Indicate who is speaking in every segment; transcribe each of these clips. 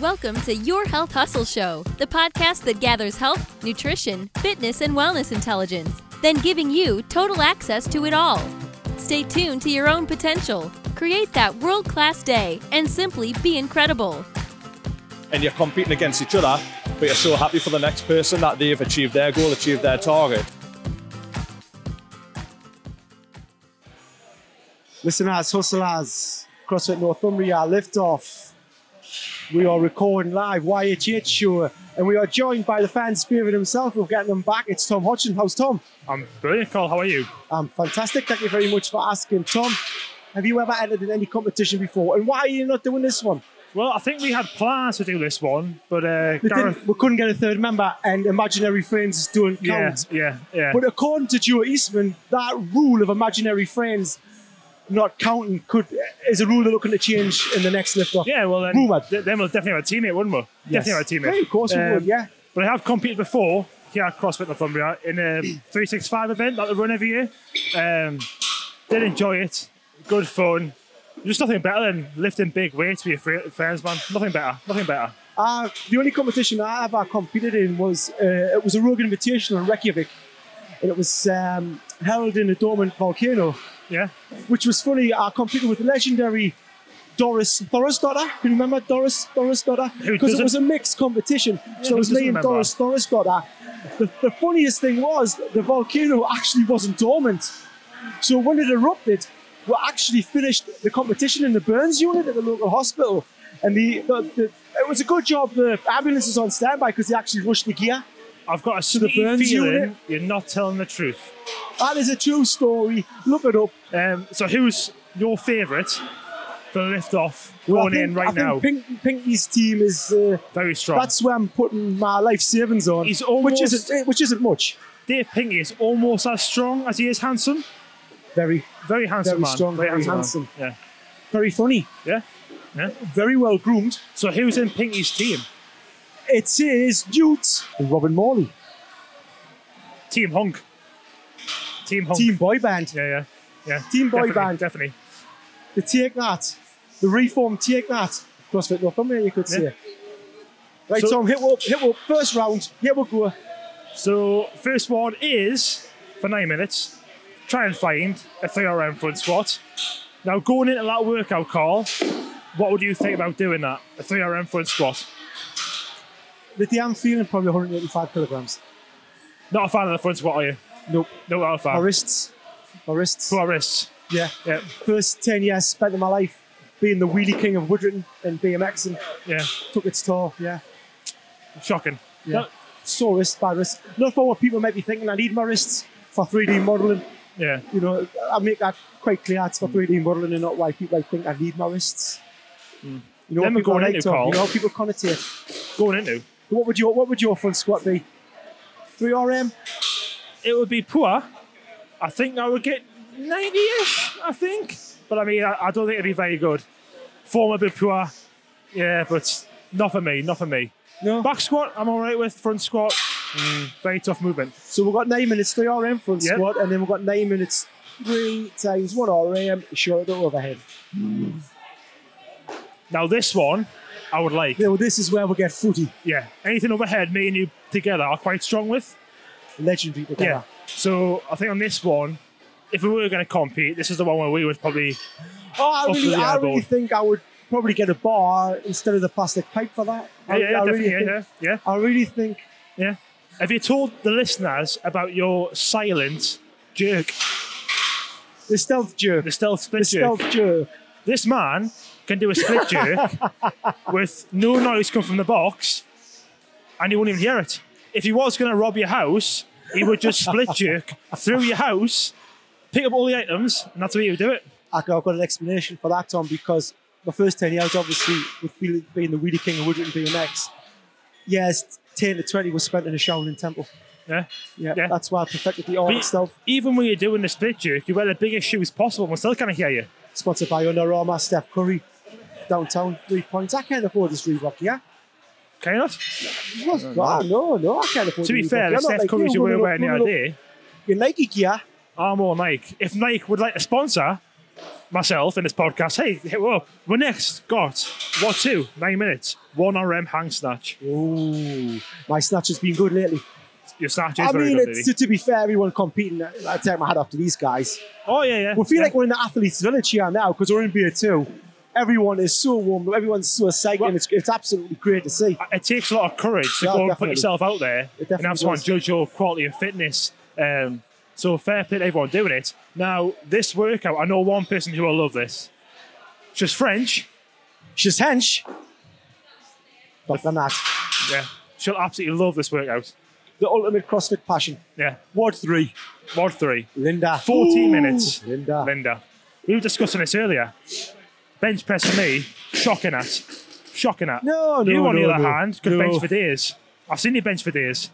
Speaker 1: Welcome to Your Health Hustle Show, the podcast that gathers health, nutrition, fitness, and wellness intelligence, then giving you total access to it all. Stay tuned to your own potential, create that world class day, and simply be incredible.
Speaker 2: and you're competing against each other, but you're so happy for the next person that they've achieved their goal, achieved their target.
Speaker 3: Listeners, hustlers, CrossFit Northumbria, liftoff. We are recording live, YHH Show, and we are joined by the fan spirit himself. We're getting him back. It's Tom Hodgson. How's Tom?
Speaker 4: I'm brilliant, Carl. How are you?
Speaker 3: Um, fantastic. Thank you very much for asking, Tom. Have you ever entered in any competition before? And why are you not doing this one?
Speaker 4: Well, I think we had plans to do this one, but uh,
Speaker 3: We,
Speaker 4: Gareth.
Speaker 3: didn't, we couldn't get a third member, and imaginary friends don't count.
Speaker 4: Yeah, yeah, yeah.
Speaker 3: But uh, according to Joe Eastman, that rule of imaginary friends not counting could is a rule they're looking to change in the next liftoff.
Speaker 4: yeah, well, then,
Speaker 3: Rumoured.
Speaker 4: th- then we'll definitely have a teammate, wouldn't we? Definitely have a teammate.
Speaker 3: Yeah, of course we
Speaker 4: Um,
Speaker 3: would, yeah.
Speaker 4: But I have competed before here at CrossFit Northumbria in a 365 event that they run every year. Um, did enjoy it. Good fun. Just nothing better than lifting big weights with your fri- friends, man. Nothing better. Nothing better.
Speaker 3: Uh, the only competition I ever competed in was uh, it was a Rogue Invitational in Reykjavik, and it was um, held in a dormant volcano,
Speaker 4: Yeah.
Speaker 3: which was funny. I competed with the legendary Doris Thoris Daughter. Can you remember Doris Thoris Daughter?
Speaker 4: Who
Speaker 3: Because it
Speaker 4: doesn't-
Speaker 3: was a mixed competition, so
Speaker 4: who
Speaker 3: it was
Speaker 4: doesn't
Speaker 3: me and
Speaker 4: remember?
Speaker 3: Doris Thoris Daughter. The, the funniest thing was the volcano actually wasn't dormant, so when it erupted, we actually finished the competition in the burns unit at the local hospital, and the, the, the it was a good job the ambulance was on standby because they actually rushed the gear.
Speaker 4: I've got a
Speaker 3: the
Speaker 4: sneaky
Speaker 3: burns you in
Speaker 4: feeling
Speaker 3: it?
Speaker 4: you're not telling the truth.
Speaker 3: That is a true story. Look it up.
Speaker 4: Um, so, who's your favourite for the lift off
Speaker 3: Well, I
Speaker 4: going in
Speaker 3: think-
Speaker 4: right
Speaker 3: I think
Speaker 4: now?
Speaker 3: Pink, Pinky's team is. Uh,
Speaker 4: Very strong.
Speaker 3: That's where I'm putting my life savings on.
Speaker 4: He's almost-
Speaker 3: which isn't eh, which isn't much.
Speaker 4: Dave Pinky is almost as strong as he is handsome.
Speaker 3: Very
Speaker 4: Very handsome
Speaker 3: Very
Speaker 4: man.
Speaker 3: strong, very
Speaker 4: man.
Speaker 3: very funny.
Speaker 4: Yeah, yeah, yeah.
Speaker 3: Very well groomed.
Speaker 4: So who's in Pinky's team?
Speaker 3: It is Newt and Robin Morley,
Speaker 4: Team Hunk. Team Hunk.
Speaker 3: team boy band.
Speaker 4: Oh. Yeah, yeah, yeah.
Speaker 3: Team boy
Speaker 4: Definitely,
Speaker 3: band.
Speaker 4: Definitely.
Speaker 3: The Take That, the reformed Take That. CrossFit Northumbria, you could say. Right,
Speaker 4: So-
Speaker 3: Tom, hit up, hit up. First round, here we go.
Speaker 4: So first one is for nine minutes. Try and find a three-RM front squat. Now going into that workout, Carl, what would you think about doing that? A three-RM front squat.
Speaker 3: The damn feeling probably 185 kilograms.
Speaker 4: Not a fan of the front squat, are you?
Speaker 3: Nope.
Speaker 4: No, not a fan.
Speaker 3: My wrists, my wrists.
Speaker 4: Ah. Poor wrists.
Speaker 3: Yeah.
Speaker 4: Yeah,
Speaker 3: First 10 years spent of my life being the wheelie king of Woodrington and BMX and
Speaker 4: yeah.
Speaker 3: took its toll. Yeah.
Speaker 4: Shocking.
Speaker 3: Yeah.
Speaker 4: No-
Speaker 3: sore wrist by wrist. Not for what people might be thinking. I need my wrists for 3D modeling.
Speaker 4: yeah.
Speaker 3: You know, I make that quite clear. It's for 3D modeling and not why people might think I need my wrists. You know,
Speaker 4: Mm. Then
Speaker 3: what
Speaker 4: we're
Speaker 3: people
Speaker 4: going
Speaker 3: like
Speaker 4: into
Speaker 3: to,
Speaker 4: Carl.
Speaker 3: you know, what people connotate.
Speaker 4: Going into.
Speaker 3: What would your What would your front squat be? 3RM.
Speaker 4: it would be poor. I think I would get 90-ish, I think. But I mean, I, I don't think it'd be very good. Form would be poor. Yeah, but not for me, not for me.
Speaker 3: No.
Speaker 4: Back squat, I'm all right with. Front squat, mm, very tough movement.
Speaker 3: So we've got nine minutes 3RM front
Speaker 4: Yep.
Speaker 3: squat, and then we've got nine minutes three times 1RM shoulder overhead.
Speaker 4: Now this one, I would like.
Speaker 3: You know, this is where we get footy.
Speaker 4: Yeah, anything overhead, me and you together are quite strong with.
Speaker 3: Legendary together.
Speaker 4: Yeah. So I think on this one, if we were going to compete, this is the one where we would probably.
Speaker 3: Oh, I
Speaker 4: Off
Speaker 3: really,
Speaker 4: the
Speaker 3: I really
Speaker 4: elbow.
Speaker 3: think I would probably get a bar instead of the plastic pipe for that. I,
Speaker 4: yeah, yeah,
Speaker 3: I
Speaker 4: definitely,
Speaker 3: Oh, really
Speaker 4: yeah,
Speaker 3: think,
Speaker 4: yeah, yeah.
Speaker 3: I really think
Speaker 4: Yeah. Have you told the listeners about your silent jerk,
Speaker 3: the stealth jerk,
Speaker 4: the
Speaker 3: the,
Speaker 4: stealth split jerk?
Speaker 3: stealth jerk,
Speaker 4: This man can do a split jerk with no noise come from the box, and you won't even hear it. If he was going to rob your house, he would just split jerk through your house, pick up all the items, and that's the way he would do it.
Speaker 3: I got- I've got an explanation for that, Tom, because my first 10 years, obviously, with being, being the Wheelie King of Woodland BMX, yes, 10 to 20 was spent in a Shaolin temple.
Speaker 4: Yeah.
Speaker 3: Yeah,
Speaker 4: Yeah.
Speaker 3: that's why I perfected the art
Speaker 4: But
Speaker 3: of stealth,
Speaker 4: even when you're doing the split jerk, you wear the biggest shoes possible, and we still can't hear you.
Speaker 3: sponsored by Under Armour, Steph Curry, downtown, three points. I can't afford this Reebok, yeah?
Speaker 4: Can you not?
Speaker 3: No, no, no, I can't afford
Speaker 4: Oh,
Speaker 3: the
Speaker 4: To be
Speaker 3: Reebok.
Speaker 4: fair,
Speaker 3: You're
Speaker 4: the
Speaker 3: not
Speaker 4: Steph
Speaker 3: like you,
Speaker 4: Curry's you were
Speaker 3: running up-
Speaker 4: wearing the
Speaker 3: running up
Speaker 4: other day
Speaker 3: Your Nike gear,
Speaker 4: are more Nike. If Nike would like to sponsor myself in this podcast, hey, hit me up. We're next. Got what two? Nine minutes. One RM hang snatch.
Speaker 3: Ooh, my snatch has been good lately.
Speaker 4: Your snatch is
Speaker 3: I
Speaker 4: very
Speaker 3: mean,
Speaker 4: good,
Speaker 3: it's,
Speaker 4: really.
Speaker 3: to, to be fair, everyone competing, I I take my hat off to these guys.
Speaker 4: Oh yeah, yeah.
Speaker 3: We feel
Speaker 4: yeah.
Speaker 3: like we're in the athletes' village here now because we're in beer too. Everyone is so warm, everyone's so excited, and it's, it's absolutely great to see.
Speaker 4: it takes a lot of courage to
Speaker 3: Yeah,
Speaker 4: go and put
Speaker 3: definitely.
Speaker 4: yourself out there and
Speaker 3: definitely
Speaker 4: have someone
Speaker 3: does.
Speaker 4: judge your quality of fitness. Um, so fair play to everyone doing it. Now, this workout, I know one person who will love this. She's French.
Speaker 3: She's hench. But than that,
Speaker 4: Yeah, she'll absolutely love this workout.
Speaker 3: the ultimate CrossFit passion.
Speaker 4: Yeah,
Speaker 3: Ward three,
Speaker 4: mod three.
Speaker 3: Linda.
Speaker 4: 14
Speaker 3: Ooh,
Speaker 4: minutes.
Speaker 3: Linda.
Speaker 4: Linda. We were discussing this earlier. Bench press for me, shocking at. Shocking at.
Speaker 3: No,
Speaker 4: You,
Speaker 3: no,
Speaker 4: on the
Speaker 3: no,
Speaker 4: other
Speaker 3: no,
Speaker 4: hand, could
Speaker 3: no.
Speaker 4: bench for days. I've seen you bench for days.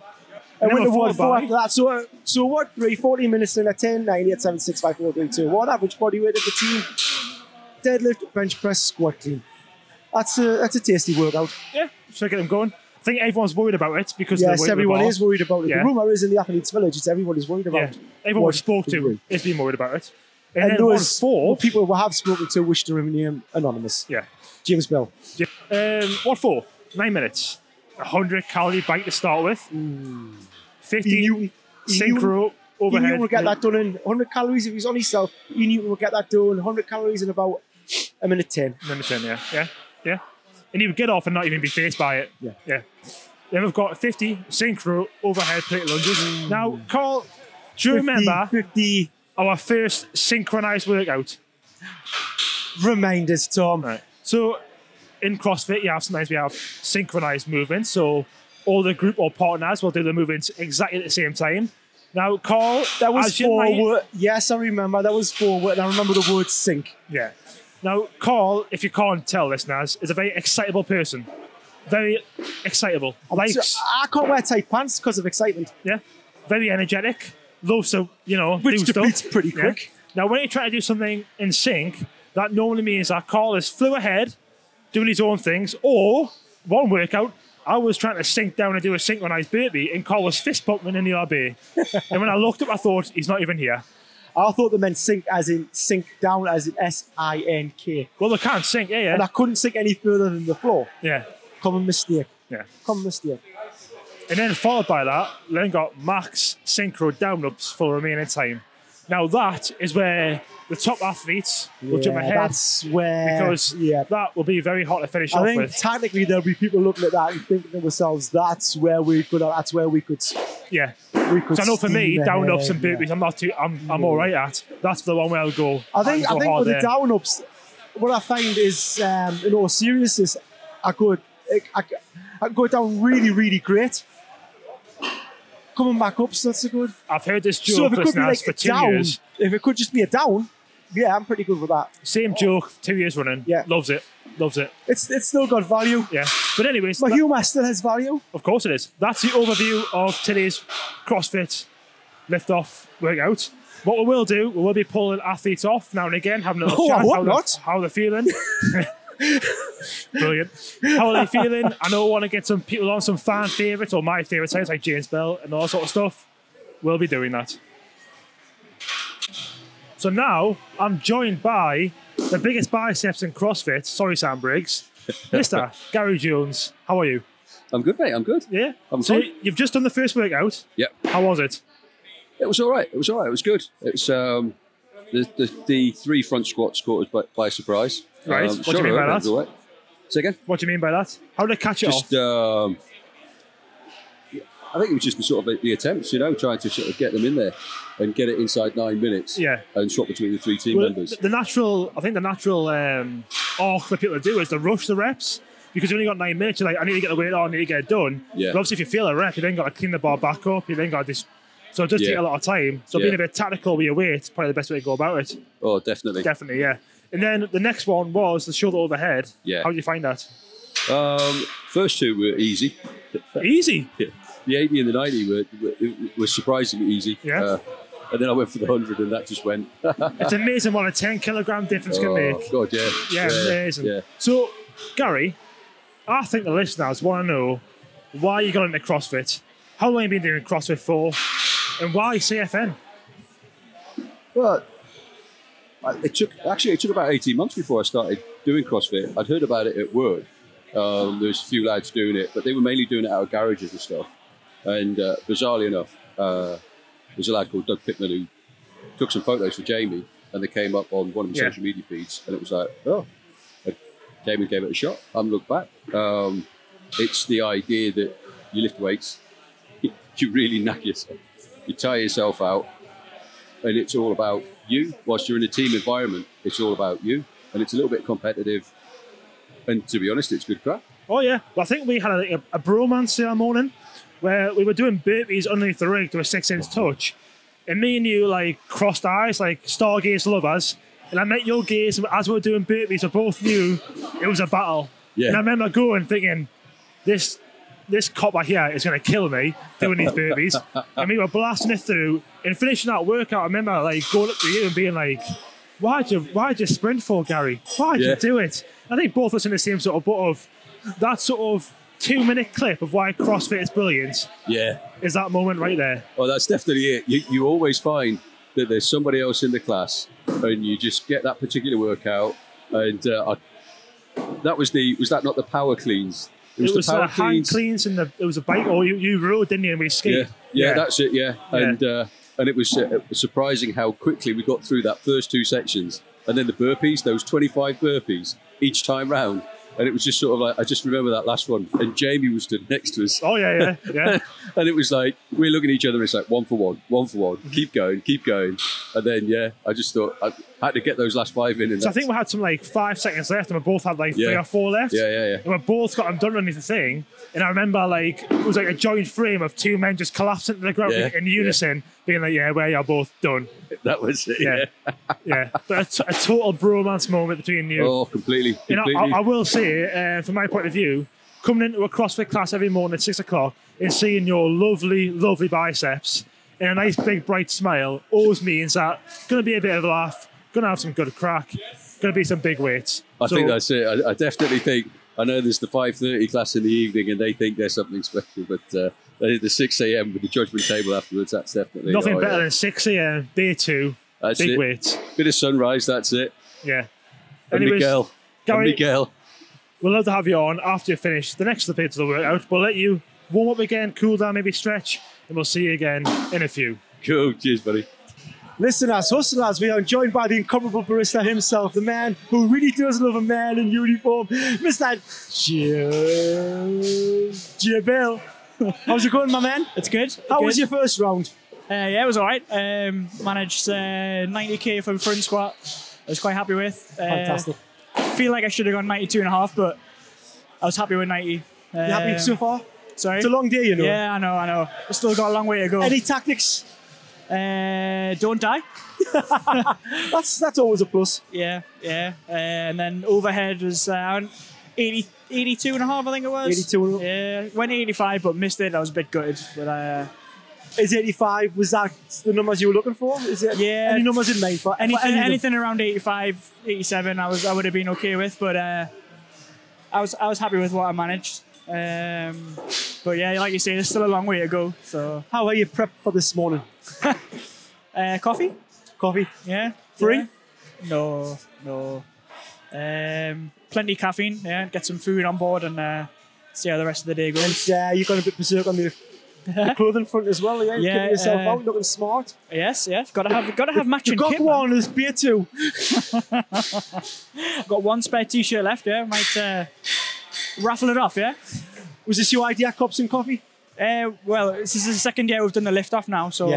Speaker 3: and win the
Speaker 4: never thought
Speaker 3: Ward four
Speaker 4: about it.
Speaker 3: after that. So, uh, so Ward three, 14 minutes, Linda 10, 90 at 7, 6, 5, 4, 3, 2. What average body weight of the team? Deadlift, bench press, squat clean. That's a, that's a tasty workout.
Speaker 4: Yeah, should I get them going? I think everyone's worried about it because of the weight of
Speaker 3: Yes,
Speaker 4: the
Speaker 3: everyone
Speaker 4: bar.
Speaker 3: is worried about it.
Speaker 4: Yeah.
Speaker 3: The rumour is in the athletes' village, it's everyone is worried
Speaker 4: Yeah,
Speaker 3: about
Speaker 4: everyone
Speaker 3: Ward
Speaker 4: we spoke to
Speaker 3: three.
Speaker 4: is being worried about it. And,
Speaker 3: And
Speaker 4: then one
Speaker 3: those
Speaker 4: four,
Speaker 3: four people who have spoken to wish to remain anonymous.
Speaker 4: yeah,
Speaker 3: James Bell.
Speaker 4: yeah. Um, what four? Nine minutes, a hundred calorie bike to start with,
Speaker 3: Mm.
Speaker 4: fifty
Speaker 3: He knew- he
Speaker 4: sync
Speaker 3: knew-
Speaker 4: row
Speaker 3: He
Speaker 4: overhead.
Speaker 3: Newton will get that done in 100 calories if he's on himself. He Newton will get that done 100 calories in about a minute 10.
Speaker 4: Number 10, yeah, yeah, yeah. And he would get off and not even be faced by it.
Speaker 3: Yeah.
Speaker 4: yeah. Then we've got fifty sync row overhead plate lunges. Now, Carl, do you
Speaker 3: 50,
Speaker 4: remember
Speaker 3: 50
Speaker 4: our first synchronized workout?
Speaker 3: reminders, Tom.
Speaker 4: Right. So in CrossFit, you have sometimes we have synchronized movements. So all the group or partners will do the movements exactly at the same time. Now, Carl,
Speaker 3: That was
Speaker 4: as you might-
Speaker 3: forward. Yes, I remember. That was forward. And I remember the word sink.
Speaker 4: yeah. Now, Carl, if you can't tell this, Naz, is a very excitable person. Very excitable.
Speaker 3: So
Speaker 4: Likes,
Speaker 3: I can't wear tight pants because of excitement.
Speaker 4: yeah. Very energetic. Loves to, you know,
Speaker 3: Which
Speaker 4: do stuff.
Speaker 3: depletes pretty
Speaker 4: Yeah.
Speaker 3: quick.
Speaker 4: Now, when you try to do something in sync, that normally means that Carl is flew ahead, doing his own things, or one workout, I was trying to sink down and do a synchronized burpee, and Carl was fist pumping in the RB. and when I looked up, I thought, he's not even here.
Speaker 3: I thought they meant sink as in sink down as in S I N K.
Speaker 4: Well, they can't sink, yeah,
Speaker 3: And I
Speaker 4: yeah.
Speaker 3: couldn't sink any further than the floor.
Speaker 4: Yeah,
Speaker 3: Common mistake.
Speaker 4: yeah.
Speaker 3: Common mistake.
Speaker 4: And then followed by that, then got max synchro down ups for remaining time. Now, that is where the top athletes will jump
Speaker 3: Yeah,
Speaker 4: ahead.
Speaker 3: That's where.
Speaker 4: Because
Speaker 3: yeah,
Speaker 4: that will be very hot to finish
Speaker 3: I
Speaker 4: off
Speaker 3: think
Speaker 4: with.
Speaker 3: technically there'll be people looking at that and thinking to themselves, "That's where we could. That's where we could.
Speaker 4: yeah.
Speaker 3: We could."
Speaker 4: So I know for me,
Speaker 3: steam
Speaker 4: down ups
Speaker 3: ahead,
Speaker 4: and burpees, I'm not too, I'm, I'm all right at. That's the one where I'll go.
Speaker 3: yeah. I think.
Speaker 4: I'll
Speaker 3: I
Speaker 4: go
Speaker 3: think
Speaker 4: hard
Speaker 3: with the
Speaker 4: there.
Speaker 3: down ups, what I find is, um, in all seriousness, I could, I, I, I go down really, really great. Coming back up, so that's a good.
Speaker 4: I've heard this
Speaker 3: so if
Speaker 4: joke
Speaker 3: it could be
Speaker 4: listen,
Speaker 3: like
Speaker 4: for
Speaker 3: a
Speaker 4: two
Speaker 3: down,
Speaker 4: years.
Speaker 3: if it could just be a down, yeah, I'm pretty good with that.
Speaker 4: Same joke, two years running.
Speaker 3: Yeah.
Speaker 4: Loves it. Loves it.
Speaker 3: It's it's still got value.
Speaker 4: Yeah. But anyways,
Speaker 3: My
Speaker 4: that-
Speaker 3: humour still has value.
Speaker 4: of course it is. That's the overview of today's CrossFit lift off workout. What we will do, we will be pulling athletes off now and again, having a little
Speaker 3: Oh, I
Speaker 4: chat
Speaker 3: hope
Speaker 4: how, they're-
Speaker 3: not.
Speaker 4: how they're feeling. Brilliant. How are they feeling? I know I want to get some people on, some fan favourites or my favourite sites like James Bell and all that sort of stuff. We'll be doing that. So now I'm joined by the biggest biceps in CrossFit. Sorry, Sam Briggs. Mr. Gary Jones. How are you?
Speaker 5: I'm good, mate. I'm good.
Speaker 4: Yeah.
Speaker 5: I'm
Speaker 4: so
Speaker 5: fine.
Speaker 4: you've just done the first workout.
Speaker 5: Yep.
Speaker 4: How was it?
Speaker 5: It was all right. It was all right. It was good. It's um, the, the the three front squats caught us by, by surprise.
Speaker 4: Right.
Speaker 5: Um,
Speaker 4: What do you mean by
Speaker 5: I
Speaker 4: that?
Speaker 5: was all right. Say again.
Speaker 4: What do you mean by that? How did I catch it
Speaker 5: Just
Speaker 4: off?
Speaker 5: um, I think it was just the sort of the, the attempts, you know, trying to sort of get them in there and get it inside nine minutes.
Speaker 4: Yeah.
Speaker 5: And swap between the three team
Speaker 4: Well,
Speaker 5: members.
Speaker 4: the natural, I think the natural um, arc for people to do is to rush the reps because you only got nine minutes. You're like, I need to get the weight on, I need to get it done.
Speaker 5: Yeah.
Speaker 4: But obviously, if you feel a rep, you then got to clean the bar back up. You then got to just. So it does
Speaker 5: Yeah.
Speaker 4: take a lot of time. So
Speaker 5: Yeah.
Speaker 4: being a bit tactical with your weight is probably the best way to go about it.
Speaker 5: oh, definitely.
Speaker 4: Definitely, yeah. And then the next one was the shoulder overhead.
Speaker 5: Yeah.
Speaker 4: How did you find that?
Speaker 5: um, first two were easy.
Speaker 4: Easy.
Speaker 5: The 80 and the 90 were were, were surprisingly easy.
Speaker 4: Yeah.
Speaker 5: Uh, and then I went for the 100 and that just went.
Speaker 4: It's amazing what a 10 kilogram difference can
Speaker 5: oh,
Speaker 4: make.
Speaker 5: God, yeah.
Speaker 4: Yeah, amazing.
Speaker 5: Yeah.
Speaker 4: So, Gary, I think the listeners want to know oh. why you got into CrossFit, how long you been doing CrossFit for, and why CFN?
Speaker 5: Well, I- it took actually it took about 18 months before I started doing CrossFit. I'd heard about it at work. Um, there was a few lads doing it, but they were mainly doing it out of garages and stuff. And uh, bizarrely enough, uh, there's a lad called Doug Pittman who took some photos for Jamie, and they came up on one of his
Speaker 4: Yeah.
Speaker 5: social media feeds, and it was like, oh, I came and gave it a shot. I haven't looked back. Um, it's the idea that you lift weights, you really knack yourself, you tire yourself out, and it's all about you. Whilst you're in a team environment, it's all about you, and it's a little bit competitive. And to be honest, it's good crap.
Speaker 4: Oh yeah. Well, I think we had a, a bromance the other morning where we were doing burpees underneath the rig to a
Speaker 5: Mhm.
Speaker 4: six-inch touch, and me and you like crossed eyes like stargaze lovers, and I met your gaze as we were doing burpees. We both knew it was a battle.
Speaker 5: Yeah.
Speaker 4: And I remember going thinking, this this copper here is going to kill me doing these burpees, and we were blasting it through and finishing that workout. I remember like going up to you and being like. Why'd you, why'd you sprint for, Gary? Why'd
Speaker 5: Yeah.
Speaker 4: you do it? I think both of us in the same sort of boat of that sort of two minute clip of why CrossFit is brilliant
Speaker 5: Yeah.
Speaker 4: is that moment right there.
Speaker 5: Well, that's definitely it. You, you always find that there's somebody else in the class, and you just get that particular workout. And uh, I, that was the was that not the power cleans?
Speaker 4: It was the hand cleans and the, it was a bike, or you, you rode, didn't you, and we skied.
Speaker 5: Yeah, yeah, that's it. Yeah, and uh, and it was, uh, it was surprising how quickly we got through that first two sections, and then the burpees, those twenty-five burpees each time round, and it was just sort of like I just remember that last one, and Jamie was stood next to us,
Speaker 4: Oh, yeah, yeah, yeah.
Speaker 5: and it was like we're looking at each other, and it's like one for one, one for one, keep going, keep going, and then yeah, I just thought I had to get those last five in, and
Speaker 4: so I think we had some like five seconds left, and we both had like three
Speaker 5: Yeah.
Speaker 4: or four left.
Speaker 5: yeah, yeah, yeah.
Speaker 4: And we both got them done underneath the thing. And I remember like it was like a joint frame of two men just collapsing to the ground
Speaker 5: Yeah,
Speaker 4: in
Speaker 5: yeah.
Speaker 4: unison, being like, yeah, we're both done.
Speaker 5: that was it. Yeah.
Speaker 4: Yeah. yeah. But a, t- a total bromance moment between you.
Speaker 5: Oh, completely,
Speaker 4: And
Speaker 5: completely.
Speaker 4: I, I, I will say, uh, from my point of view, coming into a CrossFit class every morning at six o'clock and seeing your lovely, lovely biceps and a nice big bright smile always means that going to be a bit of a laugh, going to have some good crack, going to be some big weights.
Speaker 5: I
Speaker 4: So,
Speaker 5: think that's it. I, I definitely think. I know there's the 5:30 class in the evening, and they think there's something special, but uh, they did the 6 a.m. with the judgment table afterwards. That's definitely
Speaker 4: nothing
Speaker 5: oh,
Speaker 4: better
Speaker 5: yeah.
Speaker 4: than six a.m. beer two,
Speaker 5: That's
Speaker 4: big
Speaker 5: it.
Speaker 4: weights.
Speaker 5: Bit of sunrise. That's it.
Speaker 4: Yeah.
Speaker 5: And
Speaker 4: Anyways,
Speaker 5: Miguel.
Speaker 4: Gary-
Speaker 5: and Miguel.
Speaker 4: We'll love to have you on after you finish the next of the bits of the workout. We'll let you warm up again, cool down, maybe stretch, and we'll see you again in a few.
Speaker 5: Cool. Cheers, buddy.
Speaker 3: Listen, as hustle lads, we are joined by the incomparable barista himself, the man who really does love a man in uniform, Mr. Jim Jibel. How's it going, my man?
Speaker 6: It's good.
Speaker 3: How
Speaker 6: Good.
Speaker 3: was your first round?
Speaker 6: Uh, yeah, it was all right. Um, managed uh, 90k for front squat. I was quite happy with. Uh,
Speaker 3: Fantastic.
Speaker 6: Feel like I should have gone 92 and a half, but I was happy with 90. Uh,
Speaker 3: you happy so far?
Speaker 6: Sorry.
Speaker 3: It's a long day, you know.
Speaker 6: Yeah, I know, I know. I've still got a long way to go.
Speaker 3: Any tactics?
Speaker 6: uh, don't die.
Speaker 3: That's that's always a plus.
Speaker 6: Yeah, yeah. Uh, and then overhead was uh, 80, 82 and a half, I think it was.
Speaker 3: 82 and a half.
Speaker 6: Yeah, went 85 but missed it. I was a bit gutted, but uh,
Speaker 3: Is 85, was that the numbers you were looking for? Is it
Speaker 6: Yeah.
Speaker 3: any numbers in mind for
Speaker 6: Any,
Speaker 3: for any of them?
Speaker 6: anything around 85, 87, I was I would have been okay with, but uh, I was I was happy with what I managed. Um, but yeah, like you say, there's still a long way to go. So
Speaker 3: How are you prepped for this morning?
Speaker 6: uh, coffee,
Speaker 3: Coffee?
Speaker 6: yeah,
Speaker 3: Free?
Speaker 6: Yeah. No, no. Um, plenty of caffeine. Yeah, get some food on board and uh, see how the rest of the day goes.
Speaker 3: Yeah, you're going a bit berserk on the, the clothing front as well. Yeah, you're
Speaker 6: Yeah,
Speaker 3: getting yourself
Speaker 6: uh,
Speaker 3: out looking smart.
Speaker 6: Yes, yes. Got to have got to have matching
Speaker 3: You got
Speaker 6: kit. man.
Speaker 3: one, there's beer too.
Speaker 6: Got one spare t-shirt left. Yeah, might uh, raffle it off. Yeah.
Speaker 3: Was this your idea, Cops and Coffee?
Speaker 6: Uh, well, this is the second year we've done the lift off now, so
Speaker 3: Yeah.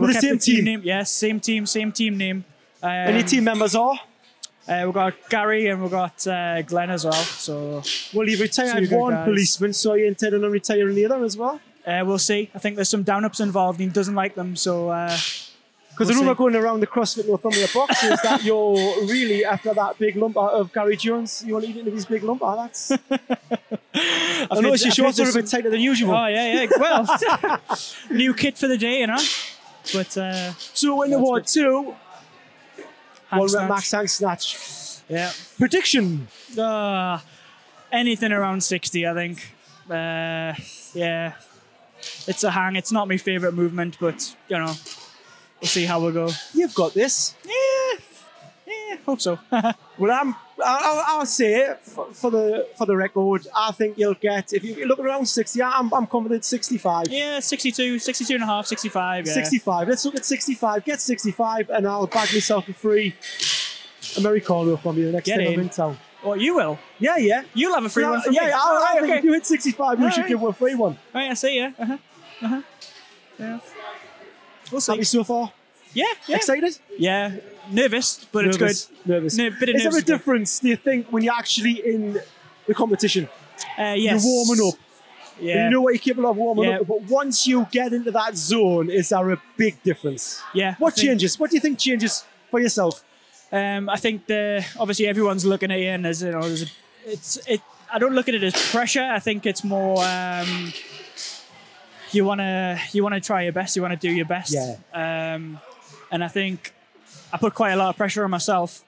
Speaker 3: With
Speaker 6: we
Speaker 3: the
Speaker 6: kept
Speaker 3: same team?
Speaker 6: name. Yes, same team, same team name. Um,
Speaker 3: And your team members are?
Speaker 6: Uh, we've got Gary and we've got uh, Glenn as well. So
Speaker 3: Well, you
Speaker 6: Two
Speaker 3: retired
Speaker 6: good
Speaker 3: one
Speaker 6: guys.
Speaker 3: policeman, so you intending on retiring the other as well?
Speaker 6: uh, we'll see. I think there's some down ups involved. and He doesn't like them, so uh,
Speaker 3: Because
Speaker 6: We'll
Speaker 3: the rumour
Speaker 6: see.
Speaker 3: going around the CrossFit Northumbria box is that you're really after that big lump out of Gary Jones. You want to eat into his big lump? Ah, that's. I
Speaker 6: heard-
Speaker 3: noticed your
Speaker 6: I've heard
Speaker 3: shorts are a
Speaker 6: there's
Speaker 3: bit tighter than usual.
Speaker 6: oh yeah, yeah. Well, new kit for the day, you know. But uh,
Speaker 3: Two in the War Two, one
Speaker 6: hand
Speaker 3: rep
Speaker 6: snatch.
Speaker 3: max hang snatch.
Speaker 6: Yeah.
Speaker 3: Prediction.
Speaker 6: Uh, anything around 60, I think. Uh, yeah. It's a hang. It's not my favourite movement, but, you know, we'll see how we go.
Speaker 3: You've got this.
Speaker 6: Yeah. Hope so.
Speaker 3: Well, I'm, I'll, I'll say it for, for the for the record. I think you'll get if you look around sixty. I'm I'm confident sixty-five.
Speaker 6: yeah, 62, 62 and a half, 65. Yeah.
Speaker 3: 65. Let's look at 65. Get 65, and I'll bag myself a free Americano from you the next
Speaker 6: Get
Speaker 3: time
Speaker 6: in.
Speaker 3: I'm in town.
Speaker 6: Well, Oh, you will.
Speaker 3: Yeah, yeah.
Speaker 6: You'll have a free
Speaker 3: yeah,
Speaker 6: one from
Speaker 3: yeah,
Speaker 6: me.
Speaker 3: I, I
Speaker 6: Alright,
Speaker 3: think if
Speaker 6: okay.
Speaker 3: you hit 65, you should
Speaker 6: Alright.
Speaker 3: give a free one.
Speaker 6: Right, I see. Yeah. Uh huh. Uh huh. Yeah. We'll see.
Speaker 3: Happy so far?
Speaker 6: Yeah. Yeah.
Speaker 3: Excited?
Speaker 6: yeah. Nervous, but it's
Speaker 3: nervous,
Speaker 6: good.
Speaker 3: Nervous.
Speaker 6: No, bit of
Speaker 3: Is there
Speaker 6: nervous
Speaker 3: a
Speaker 6: is good.
Speaker 3: difference, do you think, when you're actually in the competition?
Speaker 6: Uh, yes.
Speaker 3: You're warming up.
Speaker 6: Yeah.
Speaker 3: You know what you're capable of warming
Speaker 6: Yeah.
Speaker 3: up, but once you get into that zone, is there a big difference?
Speaker 6: Yeah,
Speaker 3: What
Speaker 6: I think-
Speaker 3: changes? What do you think changes for yourself?
Speaker 6: Um, I think the obviously everyone's looking at it and there's you know there's a, it's it. I don't look at it as pressure. I think it's more um, you wanna you wanna try your best. You wanna do your best.
Speaker 3: Yeah.
Speaker 6: Um, and I think I put quite a lot of pressure on myself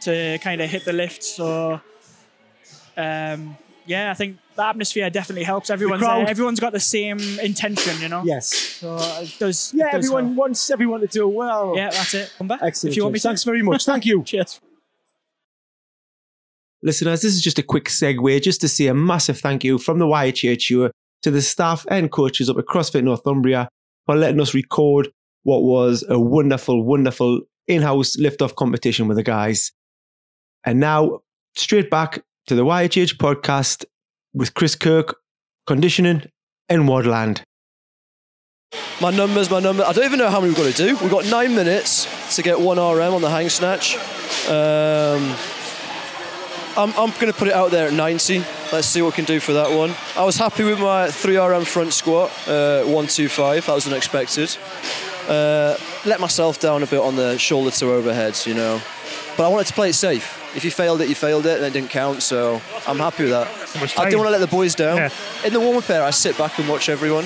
Speaker 6: to kind of hit the lift. So um, yeah, I think the atmosphere definitely helps. Everyone's
Speaker 3: crowd.
Speaker 6: there. everyone's got the same intention, you know.
Speaker 3: Yes.
Speaker 6: So it does. it
Speaker 3: Yeah,
Speaker 6: does
Speaker 3: everyone
Speaker 6: help.
Speaker 3: wants everyone to do well.
Speaker 6: Yeah, that's it. Come back
Speaker 3: Excellent.
Speaker 6: If you want me,
Speaker 3: James.
Speaker 6: to.
Speaker 3: Thanks very much. Thank you.
Speaker 6: Cheers.
Speaker 7: Listeners, this is just a quick segue just to say a massive thank you from the YHHU to the staff and coaches up at CrossFit Northumbria for letting us record what was a wonderful, wonderful in house liftoff competition with the guys. And now, straight back to the YHH podcast with Chris Kirk, conditioning, and Wadland.
Speaker 8: My numbers, my number. I don't even know how many we've got to do. We've got nine minutes to get one RM on the hang snatch. Um, I'm, I'm going to put it out there at 90. Let's see what we can do for that one. I was happy with my 3RM front squat, uh, 125. That was unexpected. Uh, let myself down a bit on the shoulder to overheads, you know. But I wanted to play it safe. If you failed it, you failed it, and it didn't count, so I'm happy with that.
Speaker 4: much
Speaker 8: I
Speaker 4: time.
Speaker 8: didn't want to let the boys down.
Speaker 4: Yeah.
Speaker 8: In the warm up air, I sit back and watch everyone.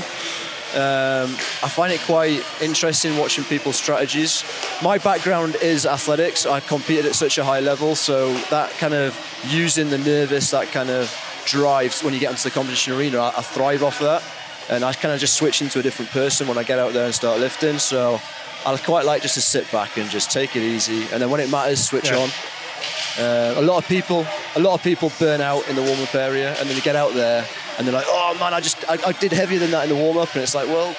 Speaker 8: Um, I find it quite interesting watching people's strategies. My background is athletics. I competed at such a high level, so that kind of using the nervous, that kind of drives when you get into the competition arena, I, I thrive off that. And I kind of just switch into a different person when I get out there and start lifting. So I quite like just to sit back and just take it easy. And then when it matters, switch
Speaker 4: Yeah.
Speaker 8: on. Uh, a lot of people, a lot of people burn out in the warm-up area, and then they get out there and they're like, "Oh man, I just I, I did heavier than that in the warm-up," and it's like, "Well,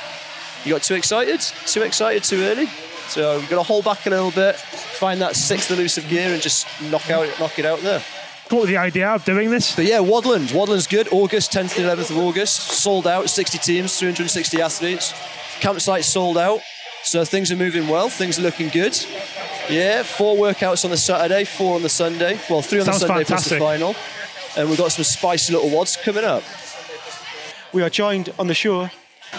Speaker 8: you got too excited, too excited too early." So you've got to hold back a little bit, find that sixth elusive gear, and just knock out, knock it out there.
Speaker 4: Caught the idea of doing this.
Speaker 8: But yeah, Wadland, Wadland's good. August 10th and 11th of August, sold out. 60 teams, 360 athletes. Campsite sold out. So things are moving well. Things are looking good. Yeah, four workouts on the Saturday, four on the Sunday. Well, three on
Speaker 4: Sounds
Speaker 8: the Sunday
Speaker 4: fantastic.
Speaker 8: plus the final. And we've got some spicy little wads coming up.
Speaker 7: We are joined on the show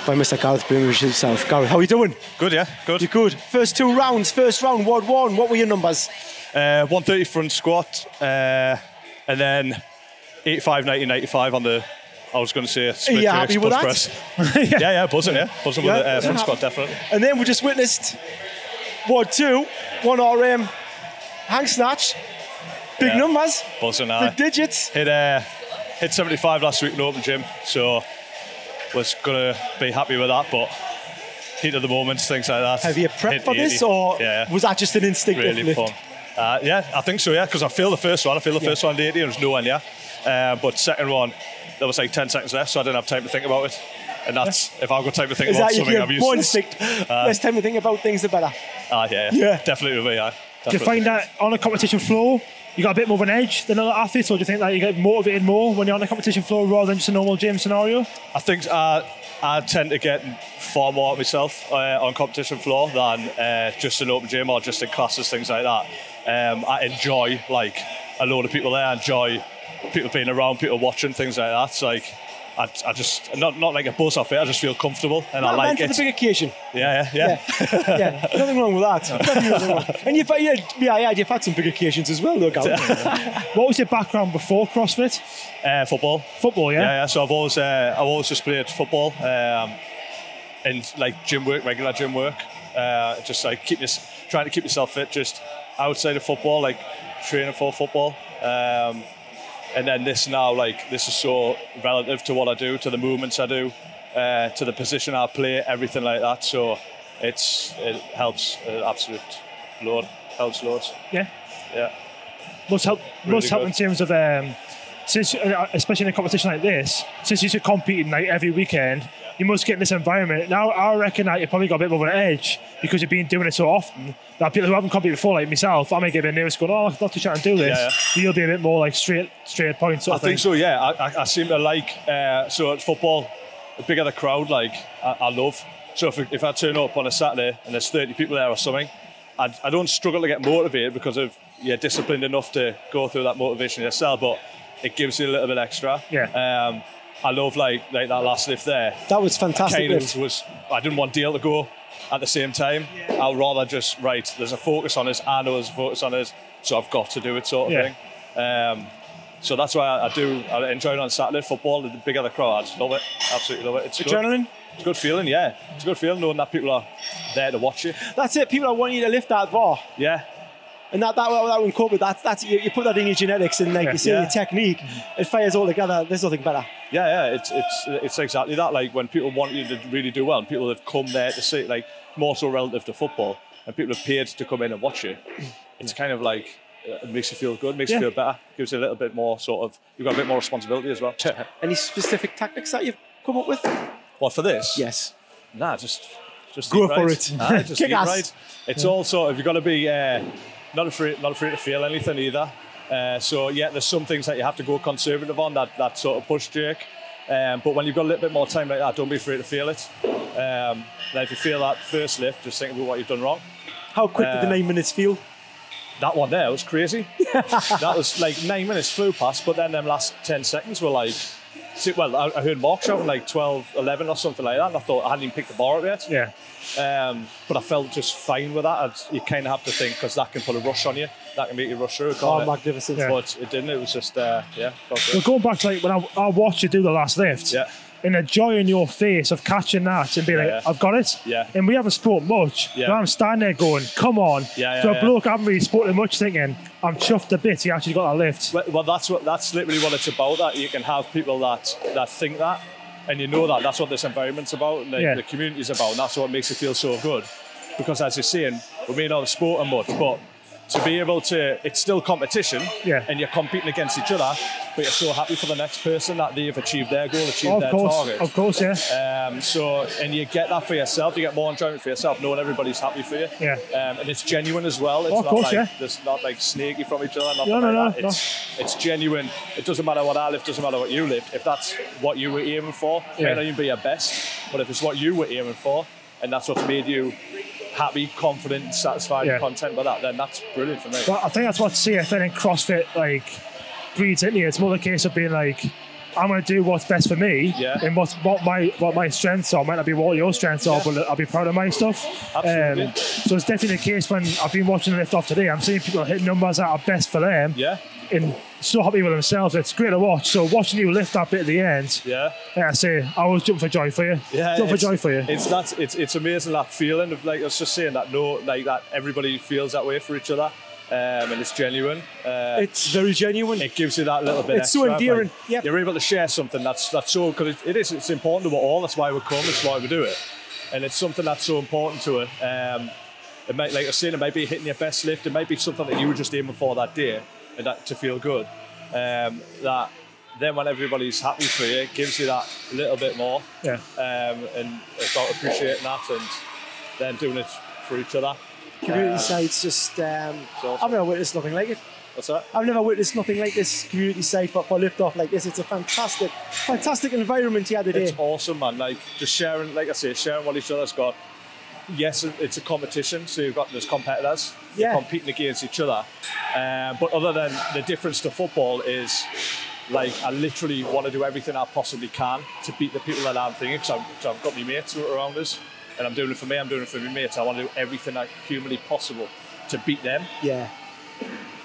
Speaker 7: by Mr. Gareth Bloomridge himself. Gareth, how are you doing?
Speaker 2: Good, yeah, good.
Speaker 7: You good? First two rounds, first round, Ward 1, what were your numbers?
Speaker 2: Uh, 130 front squat, uh, and then 85, 90, 95 on the. I was going to say split
Speaker 7: you
Speaker 2: jerks,
Speaker 7: happy with
Speaker 2: push press. yeah, yeah, buzzing, yeah, buzzing
Speaker 7: Yeah,
Speaker 2: with the uh, front
Speaker 7: yeah.
Speaker 2: squat definitely.
Speaker 7: And then we just witnessed Ward 2, 1 RM, hang snatch, big
Speaker 2: Yeah.
Speaker 7: numbers,
Speaker 2: Buzzing,
Speaker 7: big
Speaker 2: aye.
Speaker 7: digits.
Speaker 2: Hit uh, hit 75 last week in open gym, so was gonna be happy with that, but heat of the moment, things like that.
Speaker 7: Have you prepped
Speaker 2: Hit
Speaker 7: for this
Speaker 2: 80.
Speaker 7: or
Speaker 2: yeah,
Speaker 7: was that just an instinctive
Speaker 2: really
Speaker 7: lift?
Speaker 2: fun? Uh, yeah, I think so. Yeah, because I feel the first one. I feel the first one at 80, and there's no one. Yeah, uh, but second one, there was like 10 seconds left, so I didn't have time to think about it. And that's if I've got time to think
Speaker 7: Is
Speaker 2: about
Speaker 7: that
Speaker 2: something, I've
Speaker 7: your
Speaker 2: used.
Speaker 7: more
Speaker 2: this.
Speaker 7: instinct? Less time to think about things, the better.
Speaker 2: Ah, yeah,
Speaker 7: Yeah.
Speaker 2: definitely with me. Yeah,
Speaker 4: Do you
Speaker 2: definitely.
Speaker 4: find that on a competition floor, you got a bit more of an edge than other athletes, or do you think that you get motivated more when you're on a competition floor rather than just a normal gym scenario?
Speaker 2: I think I, I tend to get far more at myself uh, on competition floor than uh, just in open gym or just in classes, things like that. Um, I enjoy like a load of people there. I enjoy people being around, people watching, things like that. It's like I, I just not not like a buzz off it. I just feel comfortable and I
Speaker 7: Not
Speaker 2: like
Speaker 7: meant
Speaker 2: it.
Speaker 7: for the big occasion.
Speaker 2: yeah, yeah, yeah.
Speaker 7: yeah, nothing wrong with that. Nothing wrong with that. And you've, yeah, yeah, yeah, you've had some big occasions as well, though, Gareth.
Speaker 4: What was your background before CrossFit?
Speaker 2: Uh, football.
Speaker 4: Football, yeah?
Speaker 2: Yeah, yeah. So I've always, uh, I've always just played football um, and like gym work, regular gym work. Uh, just like keep this, trying to keep yourself fit, just outside of football, like training for football. Um, and then this now, like this is so relative to what I do, to the movements I do, uh, to the position I play, everything like that. So it's it helps an absolute load. helps loads.
Speaker 4: Yeah.
Speaker 2: Yeah.
Speaker 4: Must help. must help
Speaker 2: good.
Speaker 4: in terms of um, since uh, especially in a competition like this, since you should compete like every weekend, you must get in this environment. Now I reckon that you probably got a bit more of an edge because you've been doing it so often that people who haven't competed before, like myself, I may get a bit nervous going, "Oh, not too sure I can do this."
Speaker 2: Yeah, yeah.
Speaker 4: But You'll be a bit more like straight, straight point sort
Speaker 2: I
Speaker 4: of thing.
Speaker 2: think so. Yeah, I, I, I seem to like uh, so at football. The bigger the crowd, like I, I love. So if, if I turn up on a Saturday and there's 30 people there or something, I, I don't struggle to get motivated because of you're disciplined enough to go through that motivation yourself. But it gives you a little bit extra.
Speaker 4: Yeah.
Speaker 2: Um, I love like like that last lift there.
Speaker 3: That was fantastic.
Speaker 2: kind
Speaker 3: Liv.
Speaker 2: of was I didn't want Deal to go at the same time. I'd rather just right. There's a focus on us. I know there's a focus on us, so I've got to do it sort of
Speaker 4: Yeah.
Speaker 2: thing. Um, so that's why I, I do. I enjoy it on Saturday football. The bigger the crowd, I just love it. Absolutely love it. It's good.
Speaker 3: Adrenaline.
Speaker 2: It's a good feeling. Yeah, it's a good feeling knowing that people are there to watch you.
Speaker 3: That's it. People are wanting you to lift that bar,
Speaker 2: Yeah,
Speaker 3: and that that that would incorporate. That's that's you, you put that in your genetics and like you say
Speaker 2: Yeah.
Speaker 3: your technique. It fires all together. There's nothing better.
Speaker 2: yeah, yeah. It's it's it's exactly that. Like when people want you to really do well, and people have come there to see. Like more so relative to football, and people have paid to come in and watch you. It's kind of like uh, it makes you feel good, makes
Speaker 4: Yeah.
Speaker 2: you feel better, gives you a little bit more sort of. You've got a bit more responsibility as well.
Speaker 3: Any specific tactics that you've come up with?
Speaker 2: what for this?
Speaker 3: Yes.
Speaker 2: Nah, just just
Speaker 3: Go
Speaker 2: eat
Speaker 3: for
Speaker 2: right.
Speaker 3: it.
Speaker 2: Aye, just
Speaker 3: Kick
Speaker 2: eat
Speaker 3: ass.
Speaker 2: right. It's all sort of you've got to be uh, not afraid not afraid to feel anything either. Uh, so yeah, there's some things that you have to go conservative on that that sort of push jerk. Um, but when you've got a little bit more time like that, don't be afraid to feel it. Um, now, if you feel that first lift, just think about what you've done wrong.
Speaker 3: How quick did
Speaker 2: Uh,
Speaker 3: the nine minutes feel?
Speaker 2: That one there was crazy. that was like nine minutes flew past, but then them last 10 seconds were like, see, well, I, I heard Mark shouting like 12, 11 or something like that, and I thought I hadn't even picked the bar up yet.
Speaker 4: yeah.
Speaker 2: Um, but I felt just fine with that. I'd, you kind of have to think because that can put a rush on you. That can make you rush through. can't
Speaker 3: Oh,
Speaker 2: it?
Speaker 3: magnificent.
Speaker 4: Yeah.
Speaker 2: But it didn't. It was just uh, yeah. Felt
Speaker 4: Well,
Speaker 2: good.
Speaker 4: going back to like when I, I watched you do the last lift,
Speaker 2: Yeah.
Speaker 4: and the joy in your face of catching that and being
Speaker 2: Yeah,
Speaker 4: like,
Speaker 2: yeah.
Speaker 4: I've got it.
Speaker 2: Yeah.
Speaker 4: And we haven't spoken much.
Speaker 2: Yeah.
Speaker 4: But I'm standing there going, come on.
Speaker 2: Yeah, yeah,
Speaker 4: so a
Speaker 2: yeah.
Speaker 4: bloke I haven't really spoken much thinking, I'm chuffed a bit he actually got that lift.
Speaker 2: Well, well, that's what that's literally what it's about. That you can have people that that think that, and you know that that's what this environment's about, and the,
Speaker 4: Yeah.
Speaker 2: the community's about, and that's what makes it feel so good. Because as you're saying, we may not have sported much, but to be able to, it's still competition,
Speaker 4: Yeah.
Speaker 2: and you're competing against each other, but you're so happy for the next person that they've achieved their goal, achieved
Speaker 4: Oh, of
Speaker 2: their
Speaker 4: course.
Speaker 2: target.
Speaker 4: Of course, yeah.
Speaker 2: Um, so, and you get that for yourself. You get more enjoyment for yourself, knowing everybody's happy for you.
Speaker 4: Yeah.
Speaker 2: Um, and it's genuine as well. It's
Speaker 4: Oh, of
Speaker 2: not
Speaker 4: course,
Speaker 2: like
Speaker 4: yeah.
Speaker 2: there's not like snaky from each other. Nothing
Speaker 4: No, no,
Speaker 2: like
Speaker 4: no,
Speaker 2: that. It's, it's genuine. It doesn't matter what I lift. Doesn't matter what you lift. If that's what you were aiming for, it
Speaker 4: Yeah.
Speaker 2: may not even be your best. But if it's what you were aiming for, and that's what's made you happy, confident, satisfied,
Speaker 4: Yeah.
Speaker 2: content with that, then that's brilliant for me.
Speaker 4: But I think that's what CFN and CrossFit like breeds into you. It's more the case of being like, I'm gonna do what's best for me
Speaker 2: Yeah.
Speaker 4: and what what my what my strengths are. Might not be what your strengths are, but I'll be proud of my stuff. Um,
Speaker 2: Absolutely.
Speaker 4: so it's definitely the case when I've been watching the lift off today. I'm seeing people hit numbers that are best for them.
Speaker 2: yeah.
Speaker 4: And so happy with themselves. It's great to watch. So watching you lift that bit at the end,
Speaker 2: Yeah.
Speaker 4: like I say, I was jumping for joy for you. jump for
Speaker 2: it's-
Speaker 4: joy for you.
Speaker 2: It's that it's it's amazing that feeling of like I was just saying that no like that everybody feels that way for each other. Um, and it's genuine. Uh,
Speaker 3: It's very genuine.
Speaker 2: it gives you that little bit.
Speaker 3: It's so
Speaker 2: extra of,
Speaker 3: endearing.
Speaker 2: Like,
Speaker 3: Yep.
Speaker 2: You're able to share something that's that's so because it, it is. It's important to us all. That's why we come. That's why we do it. And it's something that's so important to it. Um, it might, like I was saying, it might be hitting your best lift. It might be something that you were just aiming for that day, and that to feel good. Um, that then when everybody's happy for you, it gives you that little bit more.
Speaker 4: Yeah.
Speaker 2: Um, and it's about appreciating that, and then doing it for each other.
Speaker 3: community sites just. Um,
Speaker 2: awesome.
Speaker 3: I've never witnessed nothing like it.
Speaker 2: What's that?
Speaker 3: I've never witnessed nothing like this community site for, for liftoff like this. It's a fantastic, fantastic environment you had today.
Speaker 2: It's awesome, man. Like just sharing, like I say, sharing what each other's got. Yes, it's a competition, so you've got those competitors You're
Speaker 3: Yeah.
Speaker 2: competing against each other. Um, but other than the difference to football is, like, I literally want to do everything I possibly can to beat the people that I'm thinking. Because I've, 'cause I've got my mates who are around us, and I'm doing it for me. I'm doing it for my mates. I want to do everything I humanly possible to beat them
Speaker 3: yeah.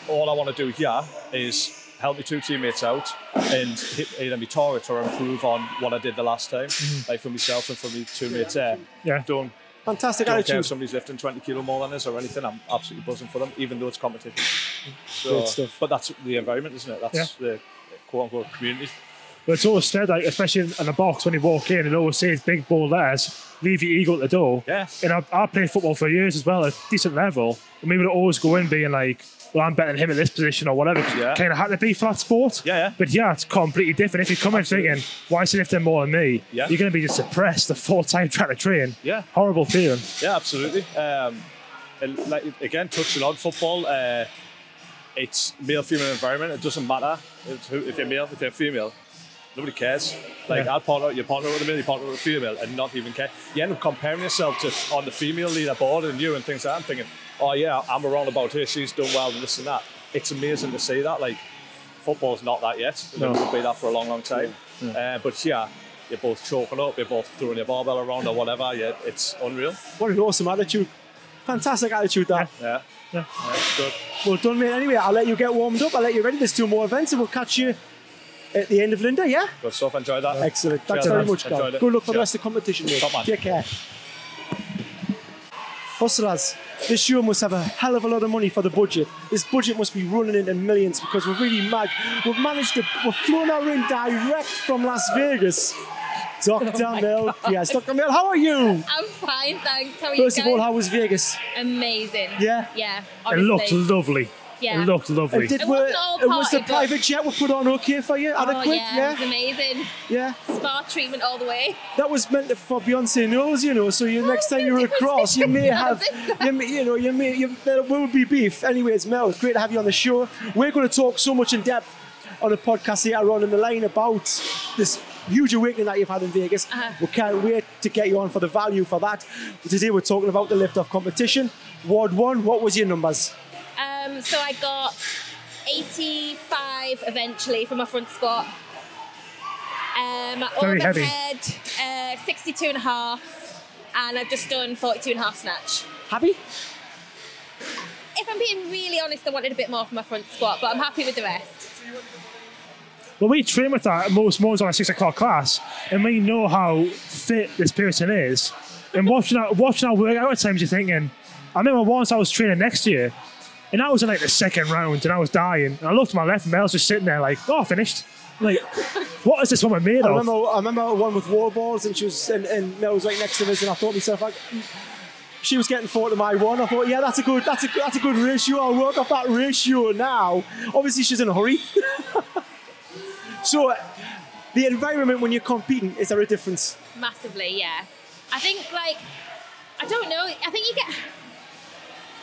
Speaker 2: all I want to do here is help my two teammates out and hit either my target or improve on what I did the last time,
Speaker 3: Mm-hmm.
Speaker 2: like for myself and for my two mates there.
Speaker 4: Yeah.
Speaker 2: Don't,
Speaker 3: Fantastic
Speaker 2: don't care if
Speaker 3: attitude.
Speaker 2: somebody's lifting 20 kilo more than us or anything. I'm absolutely buzzing for them, even though it's competition. So,
Speaker 3: Great stuff.
Speaker 2: But that's the environment, isn't it? That's the quote unquote community.
Speaker 4: But it's always said, like, especially in, in the box when you walk in, it always says big bold letters, leave your ego at the door.
Speaker 2: Yeah.
Speaker 4: And I, I played football for years as well at a decent level. and we would always go in being like, well, I'm better than him at this position or whatever.
Speaker 2: Yeah.
Speaker 4: Kind of had to be for that sport.
Speaker 2: Yeah, yeah.
Speaker 4: But yeah, it's completely different. If you come in thinking, why is if they're more than me?
Speaker 2: Yeah.
Speaker 4: You're going to be just depressed the full time trying to train.
Speaker 2: Yeah.
Speaker 4: Horrible feeling.
Speaker 2: Yeah, absolutely. Um, and like again, touching on football, uh, it's male female environment. It doesn't matter if, who- if you're male, if you're female. Nobody cares. Like
Speaker 4: Yeah.
Speaker 2: I partner, you partner with a male, you partner with a female, and not even care. You end up comparing yourself to on the female leaderboard and you and things like that. I'm thinking, oh yeah, I'm around about her. She's done well and this and that. It's amazing to see that. Like football's not that yet. It's going to be that for a long, long time. Uh, but yeah, you're both choking up. You're both throwing your barbell around or whatever. Yeah, it's unreal.
Speaker 3: What an awesome attitude. Fantastic attitude, that.
Speaker 2: Yeah.
Speaker 4: Yeah.
Speaker 2: Yeah, good.
Speaker 3: Well done, mate. Anyway, I'll let you get warmed up. I'll let you ready. There's two more events, and we'll catch you at the end of Linda, yeah?
Speaker 2: Good stuff. Enjoy that.
Speaker 3: Excellent. Thanks
Speaker 2: Cheers,
Speaker 3: very
Speaker 2: man.
Speaker 3: much, Cal.
Speaker 2: Enjoyed it.
Speaker 3: Good luck for the
Speaker 2: Cheers.
Speaker 3: rest of the competition, mate.
Speaker 2: Top man.
Speaker 3: Take care. Hustlers, this show must have a hell of a lot of money for the budget. This budget must be running into millions because we're really mad. We've managed to, we've flown our in direct from Las Vegas. Dr.
Speaker 9: Oh
Speaker 3: Mel, yes. Dr. Mel, how are you?
Speaker 9: I'm fine, thanks. How are
Speaker 3: First
Speaker 9: you guys?
Speaker 3: of all, how was Vegas?
Speaker 9: Amazing.
Speaker 3: Yeah.
Speaker 9: Yeah.
Speaker 4: It looked
Speaker 9: Honestly.
Speaker 4: lovely.
Speaker 9: Yeah.
Speaker 4: It looked lovely.
Speaker 3: And did
Speaker 9: It
Speaker 3: we-
Speaker 9: wasn't all
Speaker 3: and was
Speaker 9: party,
Speaker 3: the
Speaker 9: but-
Speaker 3: private jet we put on okay for you?
Speaker 9: Oh,
Speaker 3: Adequate?
Speaker 9: yeah, It
Speaker 3: yeah.
Speaker 9: was amazing.
Speaker 3: Yeah.
Speaker 9: Spa treatment all the way.
Speaker 3: that was meant for Beyonce knows, you know. So you, next time you're
Speaker 9: did you
Speaker 3: across, you may
Speaker 9: say
Speaker 3: have, you, may, you know, you may you, there will be beef. Anyways, Mel, it's great to have you on the show. We're going to talk so much in depth on the podcast later on in the line about this huge awakening that you've had in Vegas. We can't wait to get you on for the value for that. Today we're talking about the liftoff competition. Ward one, what was your numbers?
Speaker 9: Um, so I got 85 eventually for my front squat. Um,
Speaker 4: Very heavy.
Speaker 9: Head, uh, 62 and a half. And I've just done 42 and a half snatch.
Speaker 3: Happy?
Speaker 9: If I'm being really honest, I wanted a bit more for my front squat, but I'm happy with the rest.
Speaker 4: Well, we train with that most mornings on a six o'clock class, and we know how fit this person is. And watching our watching our workout at times, you're thinking. I remember once I was training next year, and I was in like the second round, and I was dying. And I looked to my left, and Mel's just sitting there like, "Oh, I finished." I'm like, what is this woman made
Speaker 3: I
Speaker 4: of?
Speaker 3: remember, I remember one with war balls, and she was, and, and Mel was right next to us, and I thought to myself, like, she was getting four to my one. I thought, yeah, that's a good, that's a, that's a good ratio. I'll work off that ratio now. Obviously, she's in a hurry. so, uh, the environment when you're competing, is there a difference?
Speaker 9: Massively, yeah. I think, like, I don't know. I think you get.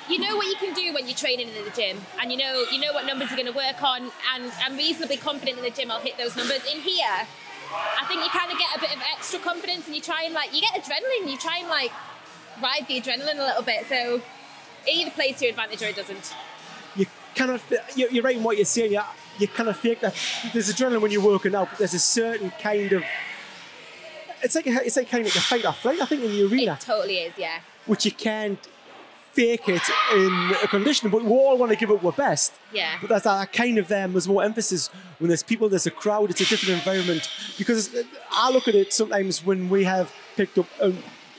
Speaker 9: You know what you can do when you're training in the gym, and you know you know what numbers you're going to work on, and I'm reasonably confident in the gym I'll hit those numbers. In here, I think you kind of get a bit of extra confidence, and you try and like you get adrenaline. You try and like ride the adrenaline a little bit. So it either plays to your advantage or it doesn't.
Speaker 3: You cannot, you're, you're right in what you're saying. You, you kind of fake that. There's adrenaline when you're working out, but there's a certain kind of. It's like a, it's like kind of like a fight or flight. I think in the arena.
Speaker 9: It totally is, yeah.
Speaker 3: which you can't fake it in a condition, but we all want to give it our best.
Speaker 9: Yeah.
Speaker 3: But that's that kind of them. There's more emphasis when there's people, there's a crowd, it's a different environment. Because I look at it sometimes when we have picked up a,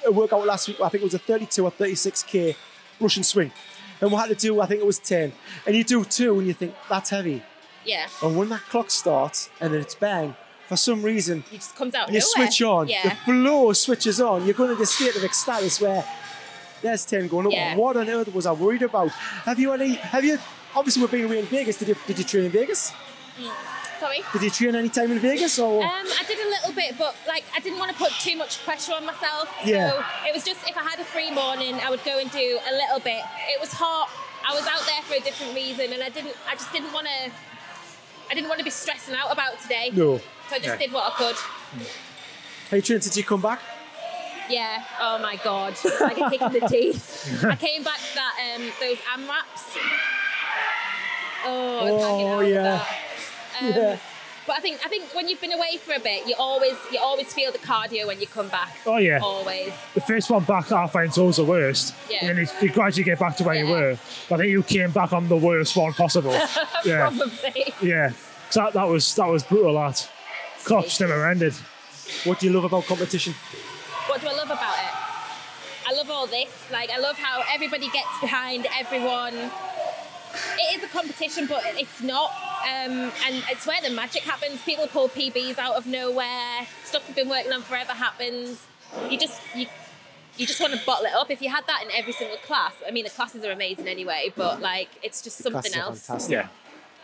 Speaker 3: a workout last week, I think it was a 32 or 36k Russian swing. And we had to do, I think it was 10. And you do two and you think, that's heavy.
Speaker 9: Yeah,
Speaker 3: And when that clock starts and then it's bang, for some reason,
Speaker 9: it just comes out.
Speaker 3: and you
Speaker 9: nowhere.
Speaker 3: switch on, the
Speaker 9: Yeah,
Speaker 3: flow switches on, you're going to this state of ecstasis where there's 10 going up.
Speaker 9: Yeah.
Speaker 3: What on earth was I worried about? Have you any, have you, obviously we've been away in Vegas, did you, did you train in Vegas?
Speaker 9: Hmm. sorry.
Speaker 3: Did you train any time in Vegas or?
Speaker 9: Um, I did a little bit, but like I didn't want to put too much pressure on myself.
Speaker 3: Yeah.
Speaker 9: So it was just if I had a free morning, I would go and do a little bit. It was hot. I was out there for a different reason, and I didn't. I just didn't want to. I didn't want to be stressing out about today.
Speaker 3: no.
Speaker 9: So I just did what I could.
Speaker 3: Have you trained since you come back?
Speaker 9: Yeah. Oh my god. It's like a kick in the teeth. I came back to that um, those AMRAPs. Oh, I was hanging
Speaker 3: Oh,
Speaker 9: out with
Speaker 3: yeah.
Speaker 9: that. Um,
Speaker 3: Yeah.
Speaker 9: But I think I think when you've been away for a bit, you always you always feel the cardio when you come back.
Speaker 4: Oh, yeah.
Speaker 9: Always.
Speaker 4: the first one back I find is always the worst.
Speaker 9: Yeah.
Speaker 4: And then you, you gradually get back to where you
Speaker 9: Yeah.
Speaker 4: were. But I think you came back on the worst one possible. yeah.
Speaker 9: Probably.
Speaker 4: Yeah. So that, that was that was brutal. That clutch never ended.
Speaker 3: What do you love about competition?
Speaker 9: What do I love about it? I love all this. Like I love how everybody gets behind everyone. It is a competition, but it's not. Um, and it's where the magic happens. People pull PBs out of nowhere. Stuff you've been working on forever happens. You just you you just want to bottle it up. If you had that in every single class, I mean, the classes are amazing anyway, but like, it's just something
Speaker 3: Classes are
Speaker 9: else.
Speaker 3: fantastic.
Speaker 4: Yeah.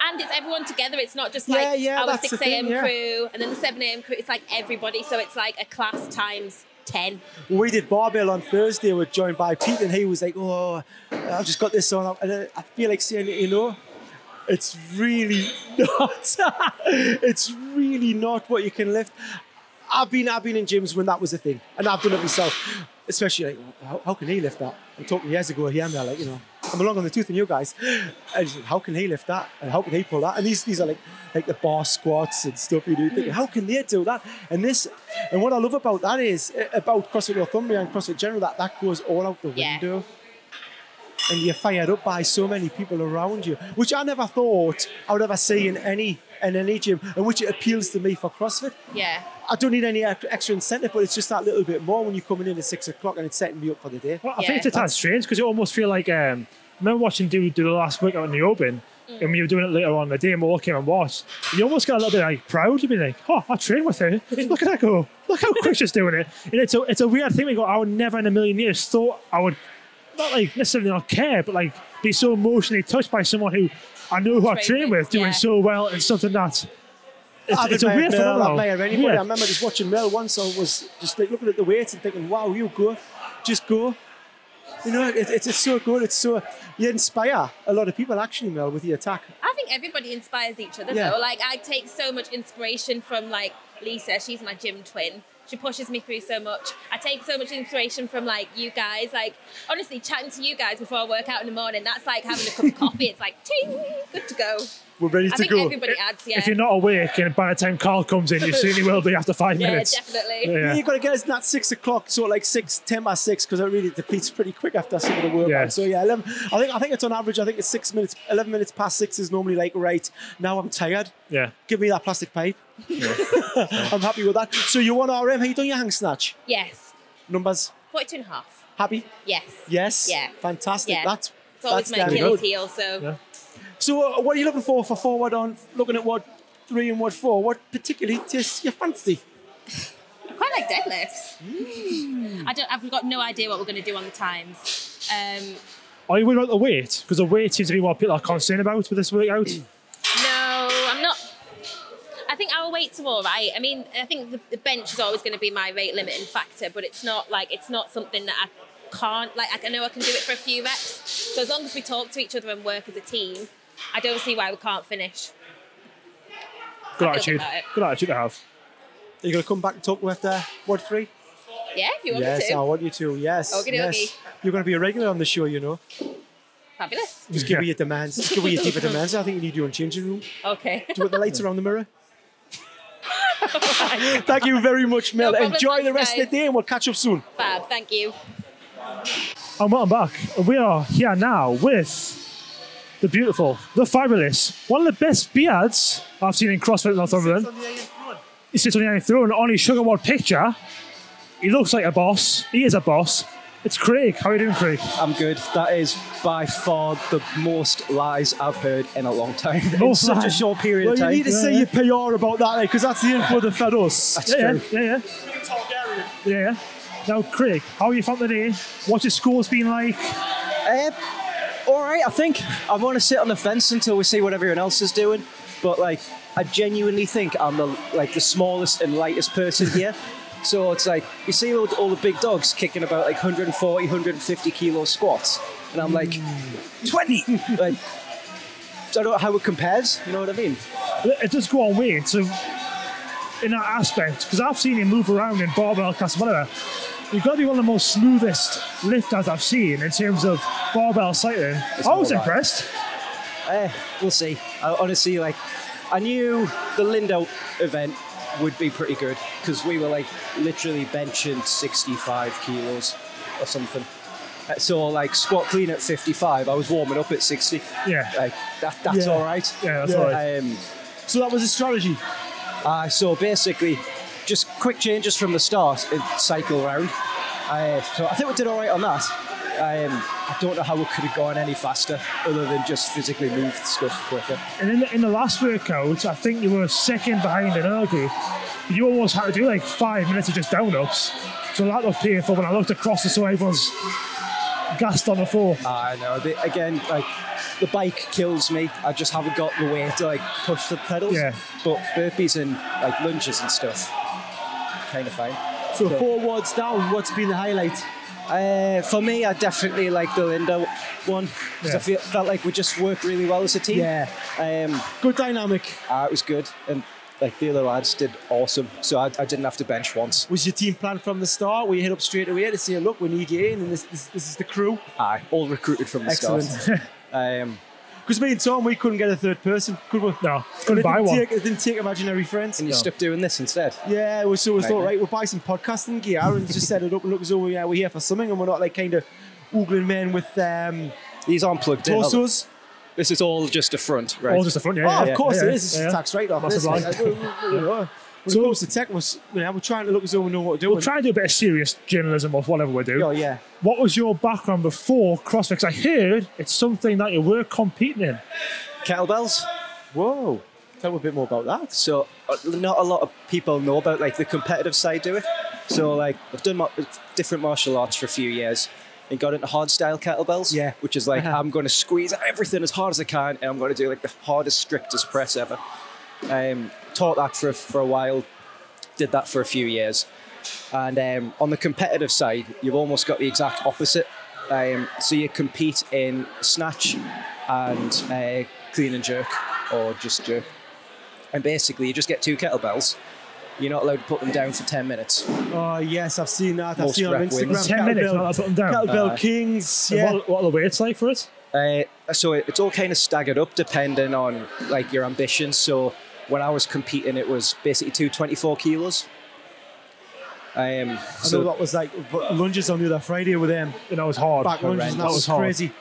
Speaker 9: And it's everyone together. It's not just
Speaker 3: Yeah,
Speaker 9: like
Speaker 3: yeah,
Speaker 9: our
Speaker 3: that's the
Speaker 9: 6 a.m.
Speaker 3: thing, yeah.
Speaker 9: crew and then the 7 a.m. crew. It's like everybody. So it's like a class times 10.
Speaker 3: we did barbell on Thursday. We're joined by Pete, and he was like, "Oh, I've just got this on." And I feel like saying, you know, it's really not. it's really not what you can lift. I've been, I've been in gyms when that was a thing, and I've done it myself. Especially like, how, how can he lift that? I'm talking years ago here, and they're like, you know, I'm along on the tooth and you guys. And he's like, how can he lift that? And how can he pull that? And these, these are like, like the bar squats and stuff you do. Thinking, how can they do that? And this, and what I love about that is eh, about CrossFit Northumbria and CrossFit General that that goes all out the
Speaker 9: Yeah.
Speaker 3: window and you're fired up by so many people around you, which I never thought I would ever see in any in any gym, and which it appeals to me for CrossFit.
Speaker 9: Yeah.
Speaker 3: I don't need any ex- extra incentive, but it's just that little bit more when you're coming in at six o'clock and it's setting me up for the day.
Speaker 4: Well, I
Speaker 9: Yeah.
Speaker 4: think it's a tad strange because it almost feel like um, I remember watching dude do the last workout in the open,
Speaker 9: Mm.
Speaker 4: and when you were doing it later on in the day, and we all came and watched. You almost got a little bit like proud. You'd be like, "Oh, I trained with her. Look at that go! Look how quick she's doing it." And it's a it's a weird thing. We go, I would never in a million years thought I would not like necessarily not care, but like be so emotionally touched by someone who I know who I
Speaker 9: Trained
Speaker 4: trained
Speaker 9: with,
Speaker 4: with doing
Speaker 9: yeah.
Speaker 4: so well and something that. It's,
Speaker 3: I've
Speaker 4: it's a
Speaker 3: admired
Speaker 4: weird
Speaker 3: Mel, I've
Speaker 4: phenomenon.
Speaker 3: admired anybody.
Speaker 4: Yeah.
Speaker 3: I remember just watching Mel once. I was just like looking at the weights and thinking, "Wow, you go, just go." You know, it, it's, it's so good. It's so you inspire a lot of people actually, Mel, with the attack.
Speaker 9: I think everybody inspires each other
Speaker 3: Yeah.
Speaker 9: though. Like I take so much inspiration from like Lisa, she's my gym twin. She pushes me through so much. I take so much inspiration from like you guys. Like honestly, chatting to you guys before I work out in the morning, that's like having a cup of coffee. It's like ting, good to go.
Speaker 3: We're ready
Speaker 9: I
Speaker 3: to
Speaker 9: think
Speaker 3: go.
Speaker 9: everybody adds, yeah.
Speaker 4: If you're not awake, and by the time Carl comes in, you certainly will be after five
Speaker 9: yeah,
Speaker 4: minutes.
Speaker 9: Uh, definitely.
Speaker 4: Yeah.
Speaker 3: you got to get us in that six o'clock, so like six, ten by six, because it really depletes pretty quick after some of the work.
Speaker 4: Yeah.
Speaker 3: So yeah, 11, I think I think it's on average. I think it's six minutes, eleven minutes past six is normally like right. Now I'm tired.
Speaker 4: Yeah.
Speaker 3: Give me that plastic pipe. I'm happy with that. So you want RM? How you done your hang snatch
Speaker 9: Yes.
Speaker 3: numbers?
Speaker 9: 42 and a half.
Speaker 3: Happy?
Speaker 9: Yes.
Speaker 3: Yes.
Speaker 9: Yeah.
Speaker 3: Fantastic.
Speaker 9: Yeah.
Speaker 3: That's
Speaker 9: It's always
Speaker 3: that's
Speaker 9: my
Speaker 3: damn
Speaker 9: Achilles
Speaker 3: good.
Speaker 9: heel, so
Speaker 4: Yeah.
Speaker 3: So uh, what are you looking for for forward on? Looking at what three and what four? What particularly tastes your fancy?
Speaker 9: I quite like deadlifts. I don't I've got no idea what we're gonna do on the times. Um,
Speaker 4: Are you worried about the weight? Because the weight seems to be what people are concerned about with this workout.
Speaker 9: No, I'm not. I think our weights are all right. I mean, I think the, the bench is always going to be my rate limiting factor, but it's not like it's not something that I can't like. I know I can do it for a few reps. So as long as we talk to each other and work as a team, I don't see why we can't finish.
Speaker 4: Good
Speaker 9: I feel
Speaker 4: attitude.
Speaker 9: about it.
Speaker 4: Good attitude to have.
Speaker 3: Are you gonna come back and talk with uh, what three?
Speaker 9: Yeah, if you want me
Speaker 3: Yes,
Speaker 9: to.
Speaker 3: I want you to. Yes.
Speaker 9: Okie
Speaker 3: yes.
Speaker 9: dokie.
Speaker 3: You're going to be a regular on the show, you know.
Speaker 9: Fabulous.
Speaker 3: Just give
Speaker 4: Yeah.
Speaker 3: me your demands. Just give me your deeper demands. I think you need your own changing room.
Speaker 9: Okay.
Speaker 3: Do you want the lights around the mirror? Thank you very much, Mel.
Speaker 9: No problem,
Speaker 3: Enjoy the
Speaker 9: thanks,
Speaker 3: rest of the day and we'll catch up soon.
Speaker 9: Fab. Thank you.
Speaker 4: And welcome back. And We are here now with the beautiful, the fabulous, one of the best beards I've seen in CrossFit Northumberland. He sits on the Iron Throne on his sugar wad picture. He looks like a boss. He is a boss. It's Craig. How are you doing, Craig?
Speaker 8: I'm good. That is by far the most lies I've heard in a long time. in
Speaker 4: Most
Speaker 8: such a
Speaker 4: lies.
Speaker 8: short period
Speaker 3: Well,
Speaker 8: of
Speaker 3: you
Speaker 8: time.
Speaker 3: need to say your PR about that, because that's the info that fed us.
Speaker 8: That's
Speaker 4: yeah,
Speaker 8: true.
Speaker 4: yeah, yeah, yeah. Yeah. Now, Craig, how are you found today? What's your scores been like?
Speaker 8: Uh, all right, I think I want to sit on the fence until we see what everyone else is doing. But like, I genuinely think I'm the like the smallest and lightest person here. So it's like you see all, all the big dogs kicking about like 140, 150 kilo squats, and I'm like 20. like, I don't know how it compares. You know what I mean?
Speaker 4: it does go on weight. So in that aspect, because I've seen him move around in barbell class, whatever. You've got to be one of the most smoothest lifters I've seen in terms of barbell cycling. I was
Speaker 8: all right.
Speaker 4: impressed.
Speaker 8: Eh, we'll see. I, honestly, like, I knew the Lindo event would be pretty good because we were like literally benching 65 kilos or something. Uh, So like squat clean at 55, I was warming up at 60.
Speaker 4: Yeah.
Speaker 8: Like that, that's
Speaker 4: Yeah.
Speaker 8: all right.
Speaker 4: Yeah, that's all right.
Speaker 8: Um,
Speaker 3: So that was a strategy.
Speaker 8: uh, so basically, just quick changes from the start and cycle round. Uh, so I think we did all right on that. Um, I don't know how we could have gone any faster other than just physically move stuff quicker.
Speaker 4: And in the, in the last workout, I think you were second behind another group. You almost had to do like five minutes of just down ups. So that was painful when I looked across and saw everyone's gassed on the floor.
Speaker 8: I know. But again, like the bike kills me. I just haven't got the way to like push the pedals.
Speaker 4: Yeah.
Speaker 8: But burpees and like lunges and stuff, kind of fine.
Speaker 3: So four words down, what's been the highlight?
Speaker 8: Uh, for me, I definitely like the Linda one because
Speaker 4: Yeah.
Speaker 8: I feel, felt like we just worked really well as a team.
Speaker 3: Yeah.
Speaker 8: Um,
Speaker 3: Good dynamic.
Speaker 8: uh, it was good, and like the other lads did awesome. So I, I didn't have to bench once.
Speaker 3: Was your team plan from the start? Were you hit up straight away to say, look, we need you in, and this, this, this is the crew?
Speaker 8: Aye, all recruited from the start.
Speaker 3: Excellent.
Speaker 8: Um,
Speaker 3: Because me and Tom, we couldn't get a third person, could we?
Speaker 4: No,
Speaker 3: And
Speaker 4: couldn't
Speaker 3: it
Speaker 4: buy
Speaker 3: didn't
Speaker 4: one.
Speaker 3: Take, it didn't take imaginary friends.
Speaker 8: and you stuck doing this instead.
Speaker 3: Yeah, well, so we thought,
Speaker 8: Maybe.
Speaker 3: right, we'll buy some podcasting gear and just set it up and look as though yeah, we're here for something and we're not like kind of oogling men with um,
Speaker 8: These aren't plugged in. are they?
Speaker 3: torsos.
Speaker 8: This is all just a front, right?
Speaker 4: All just the front, yeah.
Speaker 3: oh,
Speaker 4: yeah,
Speaker 3: of course
Speaker 4: yeah,
Speaker 3: it is. It's
Speaker 4: yeah.
Speaker 3: a tax write off.
Speaker 4: Massive lie.
Speaker 3: When it comes to tech, we're, s- you know, we're trying to look as though we know what we're doing.
Speaker 4: We'll try and do a bit of serious journalism of whatever we do.
Speaker 3: oh, yeah.
Speaker 4: What was your background before CrossFit? 'Cause I heard it's something that you were competing in.
Speaker 8: Kettlebells.
Speaker 3: Whoa. Tell me a bit more about that.
Speaker 8: So uh, not a lot of people know about like the competitive side to it. So like I've done mar- different martial arts for a few years and got into hard style kettlebells.
Speaker 3: Yeah.
Speaker 8: Which is like
Speaker 3: Uh-huh.
Speaker 8: I'm going to squeeze everything as hard as I can and I'm going to do like the hardest, strictest press ever. Um, taught that for for a while. Did that for a few years. And um, on the competitive side, you've almost got the exact opposite. Um, so you compete in snatch and uh, clean and jerk, or just jerk. And basically, you just get two kettlebells. You're not allowed to put them down for 10 minutes.
Speaker 3: Oh, yes, I've seen that. I've
Speaker 8: Most
Speaker 3: seen it on
Speaker 8: rep wins. Uh,
Speaker 3: Instagram.
Speaker 4: 10 minutes,
Speaker 3: Kettlebell-
Speaker 4: not put them down.
Speaker 3: Kettlebell
Speaker 8: Aye.
Speaker 3: Kings.
Speaker 4: And
Speaker 3: Yeah.
Speaker 4: What, what are the weights like for it?
Speaker 8: Uh, so it- it's all kind of staggered up depending on like your ambitions. So when I was competing, it was basically two 24 kilos. Um,
Speaker 3: I
Speaker 8: so
Speaker 3: know that was like lunges on the other Friday with them.
Speaker 4: You know, it was hard.
Speaker 3: Back lunges, and that
Speaker 4: That
Speaker 3: was
Speaker 4: was hard.
Speaker 3: crazy.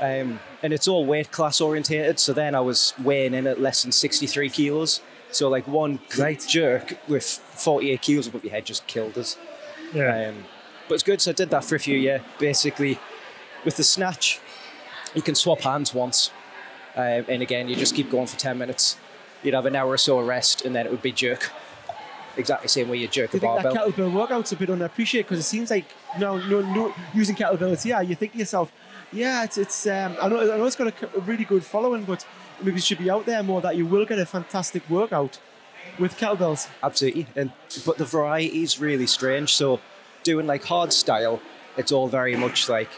Speaker 8: Um, and it's all weight class orientated. So then I was weighing in at less than 63 kilos. So like one
Speaker 3: Right.
Speaker 8: jerk with 48 kilos above your head just killed us.
Speaker 4: Yeah.
Speaker 8: Um, but it's good. So I did that for a few years. Basically, with the snatch, you can swap hands once, um, and again you just keep going for 10 minutes. You'd have an hour or so of rest, and then it would be jerk. Exactly the same way you jerk
Speaker 3: Do you
Speaker 8: a
Speaker 3: think that
Speaker 8: barbell.
Speaker 3: kettlebell workout's a bit underappreciated? Because it seems like no, no, no, using kettlebells. Yeah, you think to yourself, yeah, it's, it's um, I know, I know it's got a, c- a really good following, but maybe it should be out there more that you will get a fantastic workout with kettlebells.
Speaker 8: Absolutely. And but the variety is really strange. So doing like hard style, it's all very much like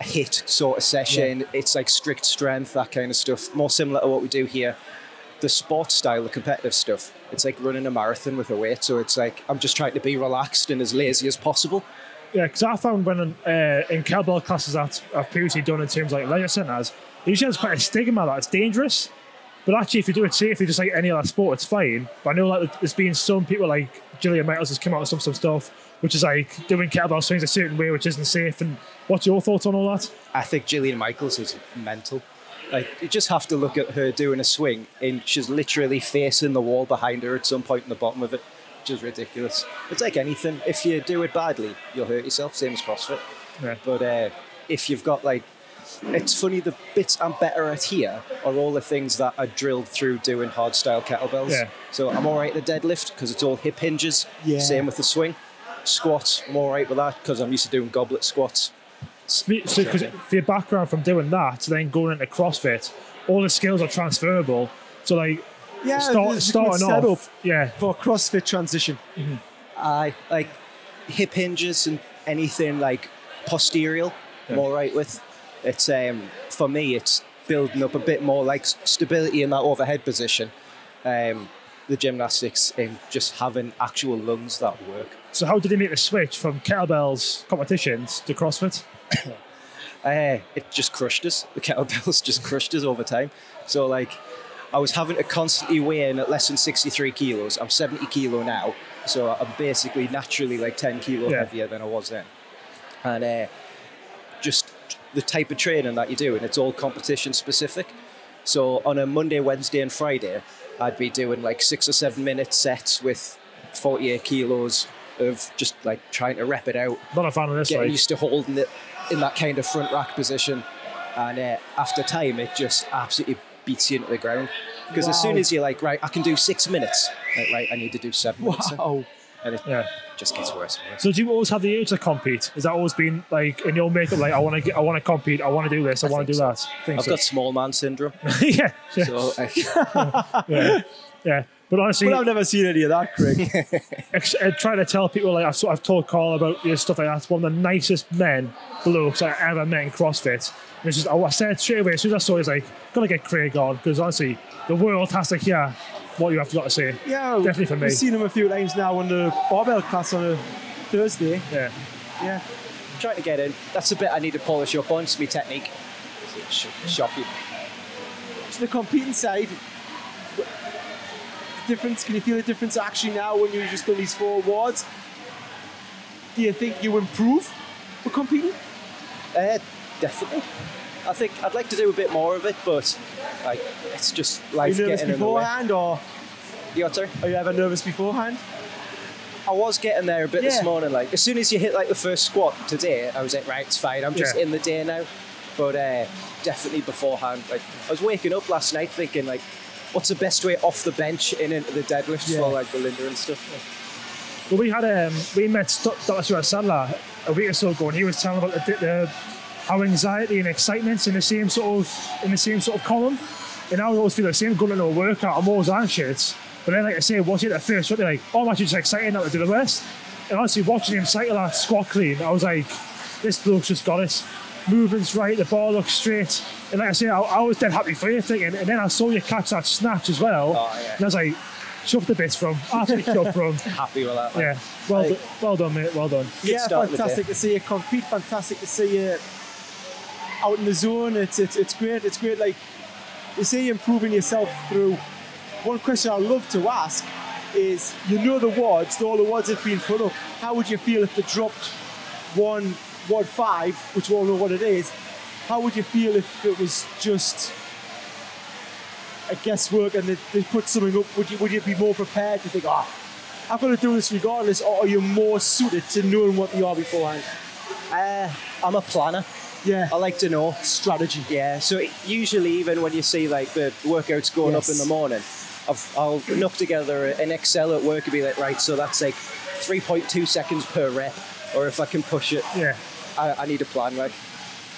Speaker 8: a hit sort of session. It's like strict strength, that kind of stuff. More similar to what we do here. The sports style, the competitive stuff, it's like running a marathon with a weight. So it's like I'm just trying to be relaxed and as lazy as possible.
Speaker 4: Yeah, because I found when uh, in kettlebell classes that I've previously done in terms like leisure centres, it usually has quite a stigma that it's dangerous. But actually, if you do it safely, just like any other sport, it's fine. But I know like there's been some people like Gillian Michaels has come out with some some stuff, which is like doing kettlebell swings a certain way, which isn't safe. And what's your thoughts on all that?
Speaker 8: I think Gillian Michaels is mental. Like you just have to look at her doing a swing and she's literally facing the wall behind her at some point in the bottom of it, which is ridiculous. It's like anything. If you do it badly, you'll hurt yourself, same as CrossFit.
Speaker 4: Yeah.
Speaker 8: But uh, if you've got like it's funny the bits I'm better at here are all the things that I drilled through doing hard style kettlebells.
Speaker 4: Yeah.
Speaker 8: So I'm all right at the deadlift because it's all hip hinges.
Speaker 3: Yeah.
Speaker 8: Same with the swing. Squats, I'm all right with that because I'm used to doing goblet squats.
Speaker 4: So, because for your background from doing that, to then going into CrossFit, all the skills are transferable. So like
Speaker 3: Yeah,
Speaker 4: start,
Speaker 3: it's a
Speaker 4: starting
Speaker 3: good
Speaker 4: off,
Speaker 3: setup
Speaker 4: yeah,
Speaker 3: for a CrossFit transition.
Speaker 8: I like hip hinges and anything like posterior. I'm all right with. It's um for me, it's building up a bit more like s- stability in that overhead position. Um, the gymnastics and just having actual lungs that work.
Speaker 4: So how did he make the switch from kettlebells competitions to CrossFit?
Speaker 8: uh, it just crushed us. The kettlebells just crushed us over time. So like, I was having to constantly weigh in at less than 63 kilos. I'm 70 kilo now, so I'm basically naturally like 10 kilo
Speaker 4: Yeah.
Speaker 8: heavier than I was then. And uh, just the type of training that you do, and it's all competition specific. So on a Monday, Wednesday, and Friday, I'd be doing like six or seven minute sets with 48 kilos of just like trying to rep it out
Speaker 4: Not a fan of this.
Speaker 8: getting
Speaker 4: Like,
Speaker 8: used to holding it in that kind of front rack position. And uh, after time, it just absolutely beats you into the ground. Because as soon as you're like, right, I can do six minutes, like, right, I need to do seven minutes.
Speaker 3: Wow.
Speaker 8: And it
Speaker 4: yeah,
Speaker 10: just gets worse and worse.
Speaker 4: So do you always have the urge to compete? Has that always been like in your makeup? Like I want to, get, I want to compete. I want to do this. I, want to do that. I think
Speaker 8: I've
Speaker 4: so.
Speaker 8: got small man syndrome. uh,
Speaker 4: yeah, yeah,
Speaker 10: So I,
Speaker 4: yeah, yeah. But honestly,
Speaker 3: Well, I've never seen any of that, Craig.
Speaker 4: ex- uh, trying to tell people like I've, sort of told Carl about you know, stuff like that. It's one of the nicest men blokes I ever met in CrossFit. And it's just I, I said straight away as soon as I saw, it, it's like gotta get Craig on because honestly, the world has to hear what you have got to say.
Speaker 3: yeah,
Speaker 4: Definitely for me.
Speaker 3: We've seen him a few times now on the barbell class on a Thursday.
Speaker 4: Yeah,
Speaker 3: Yeah.
Speaker 8: Trying to get in. That's the bit I need to polish up on. It's my technique. Sh- shocking.
Speaker 3: To the competing side, w- difference. Can you feel the difference actually now when you've just done these four awards? Do you think you improve with competing?
Speaker 8: Uh, definitely. I think I'd like to do a bit more of it, but like it's just
Speaker 3: Are you
Speaker 8: life
Speaker 3: nervous
Speaker 8: getting in the way.
Speaker 3: beforehand, or
Speaker 8: You got to.
Speaker 3: are you ever nervous beforehand?
Speaker 8: I was getting there a bit
Speaker 3: Yeah.
Speaker 8: this morning. Like as soon as you hit like the first squat today, I was like, right, it's fine. I'm just
Speaker 4: Yeah.
Speaker 8: in the day now. But uh, definitely beforehand, like I was waking up last night thinking like, what's the best way off the bench in into the deadlift
Speaker 4: Yeah.
Speaker 8: for like the Linda and stuff.
Speaker 4: but we had um, we met St- Dr. Stuart Sadler a week or so ago, and he was telling about the, the our anxiety and excitement's in the same sort of in the same sort of column. And I always feel the same going into a workout. I'm always anxious, but then like I say, watching it at first, they're like, oh, I'm actually just excited now to do the rest. And honestly, watching him cycle that squat clean, I was like, this bloke's just got it. Movement's right, the ball looks straight. And like I say, I, I was dead happy for you thinking. And then I saw you catch that snatch as well,
Speaker 8: yeah.
Speaker 4: and I was like, shoved the bits from, absolutely shoved from.
Speaker 8: Happy with that. Like,
Speaker 4: Yeah, well,
Speaker 8: Like-
Speaker 4: do- well done, mate. Well done.
Speaker 8: Good
Speaker 3: yeah,
Speaker 8: start with
Speaker 3: fantastic to see you compete. Fantastic to see you out in the zone. It's it's, it's great. It's great. Like you say, you're improving yourself through. One question I love to ask is: you know the wards, all the wards have been put up. How would you feel if they dropped one ward five, which we all know what it is? How would you feel if it was just a guesswork and they, they put something up? Would you would you be more prepared to think, ah, I'm going to do this regardless, or are you more suited to knowing what you are beforehand?
Speaker 8: Uh, I'm a planner.
Speaker 3: Yeah.
Speaker 8: I like to know strategy. Yeah. So usually, even when you see like the workouts going
Speaker 3: Yes.
Speaker 8: up in the morning, I've, I'll knock together an Excel at work and be like, right, so that's like 3.2 seconds per rep, or if I can push it,
Speaker 4: Yeah.
Speaker 8: I, I need a plan. Like,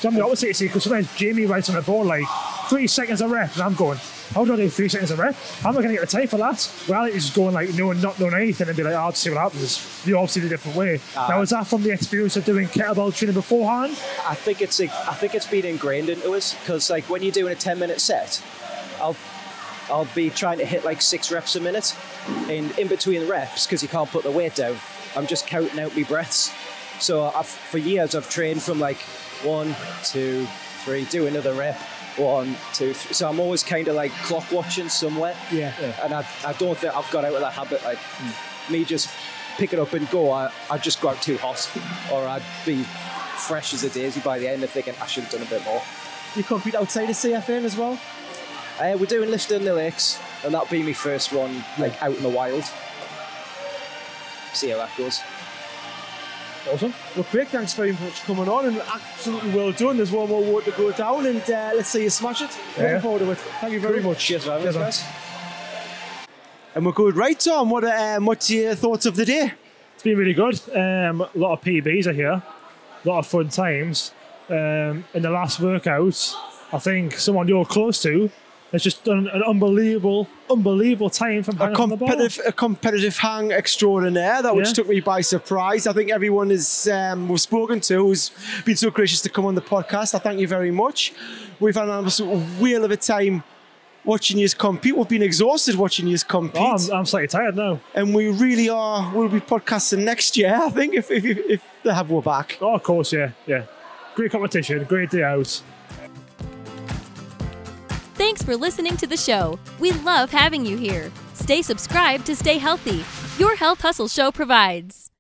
Speaker 4: So I'm the opposite, you see, because sometimes Jamie writes on the board like three seconds a rep, and I'm going, how do I do three seconds a rep? How am I going to get the time for that? Well, it's just going like no, not knowing anything, and be like, oh, I'll just see what happens. You obviously did a different way.
Speaker 3: Ah.
Speaker 4: now, was that from the experience of doing kettlebell training beforehand?
Speaker 8: I think it's like, I think it's been ingrained into us because like when you're doing a 10 minute set, I'll I'll be trying to hit like six reps a minute, and in between reps because you can't put the weight down, I'm just counting out my breaths. So I've, for years I've trained from like one, two, three, do another rep, one, two, three. So I'm always kind of like clock watching somewhere.
Speaker 3: Yeah.
Speaker 8: And I, I don't think I've got out of that habit. Like me just pick it up and go, I, I just go out too hot, or I'd be fresh as a daisy by the end of thinking I should have done a bit more.
Speaker 3: You compete outside of CFN as well?
Speaker 8: Uh, we're doing Lifter in the Lakes, and that'll be my first one, like out in the wild. See how that goes.
Speaker 4: Awesome.
Speaker 3: Well, Craig, thanks very much for coming on and uh, absolutely well done. There's one more ward to go down, and uh, let's see you smash it.
Speaker 4: Yeah.
Speaker 3: Looking forward to it. Thank you very much.
Speaker 8: Cheers, for having us,
Speaker 4: Cheers, man.
Speaker 8: guys.
Speaker 3: And we're good. Right, Tom, what, um, what's your thoughts of the day?
Speaker 4: It's been really good. Um, a lot of PBs are here, a lot of fun times. Um, in the last workout, I think someone you're close to has just done an unbelievable, unbelievable time from
Speaker 3: A
Speaker 4: hanging on the ball.
Speaker 3: competitive, a competitive hang extraordinaire, that which
Speaker 4: Yeah.
Speaker 3: took me by surprise. I think everyone is, um, we've spoken to who's been so gracious to come on the podcast. I thank you very much. We've had an absolute wheel of a time watching you compete. We've been exhausted watching you compete.
Speaker 4: Oh, I'm, I'm slightly tired now.
Speaker 3: and we really are. We'll be podcasting next year, I think, if if, if, if they have we're back.
Speaker 4: Oh, of course, yeah, yeah. Great competition, great day out.
Speaker 1: Thanks for listening to the show. We love having you here. Stay subscribed to stay healthy. Your Health Hustle Show provides.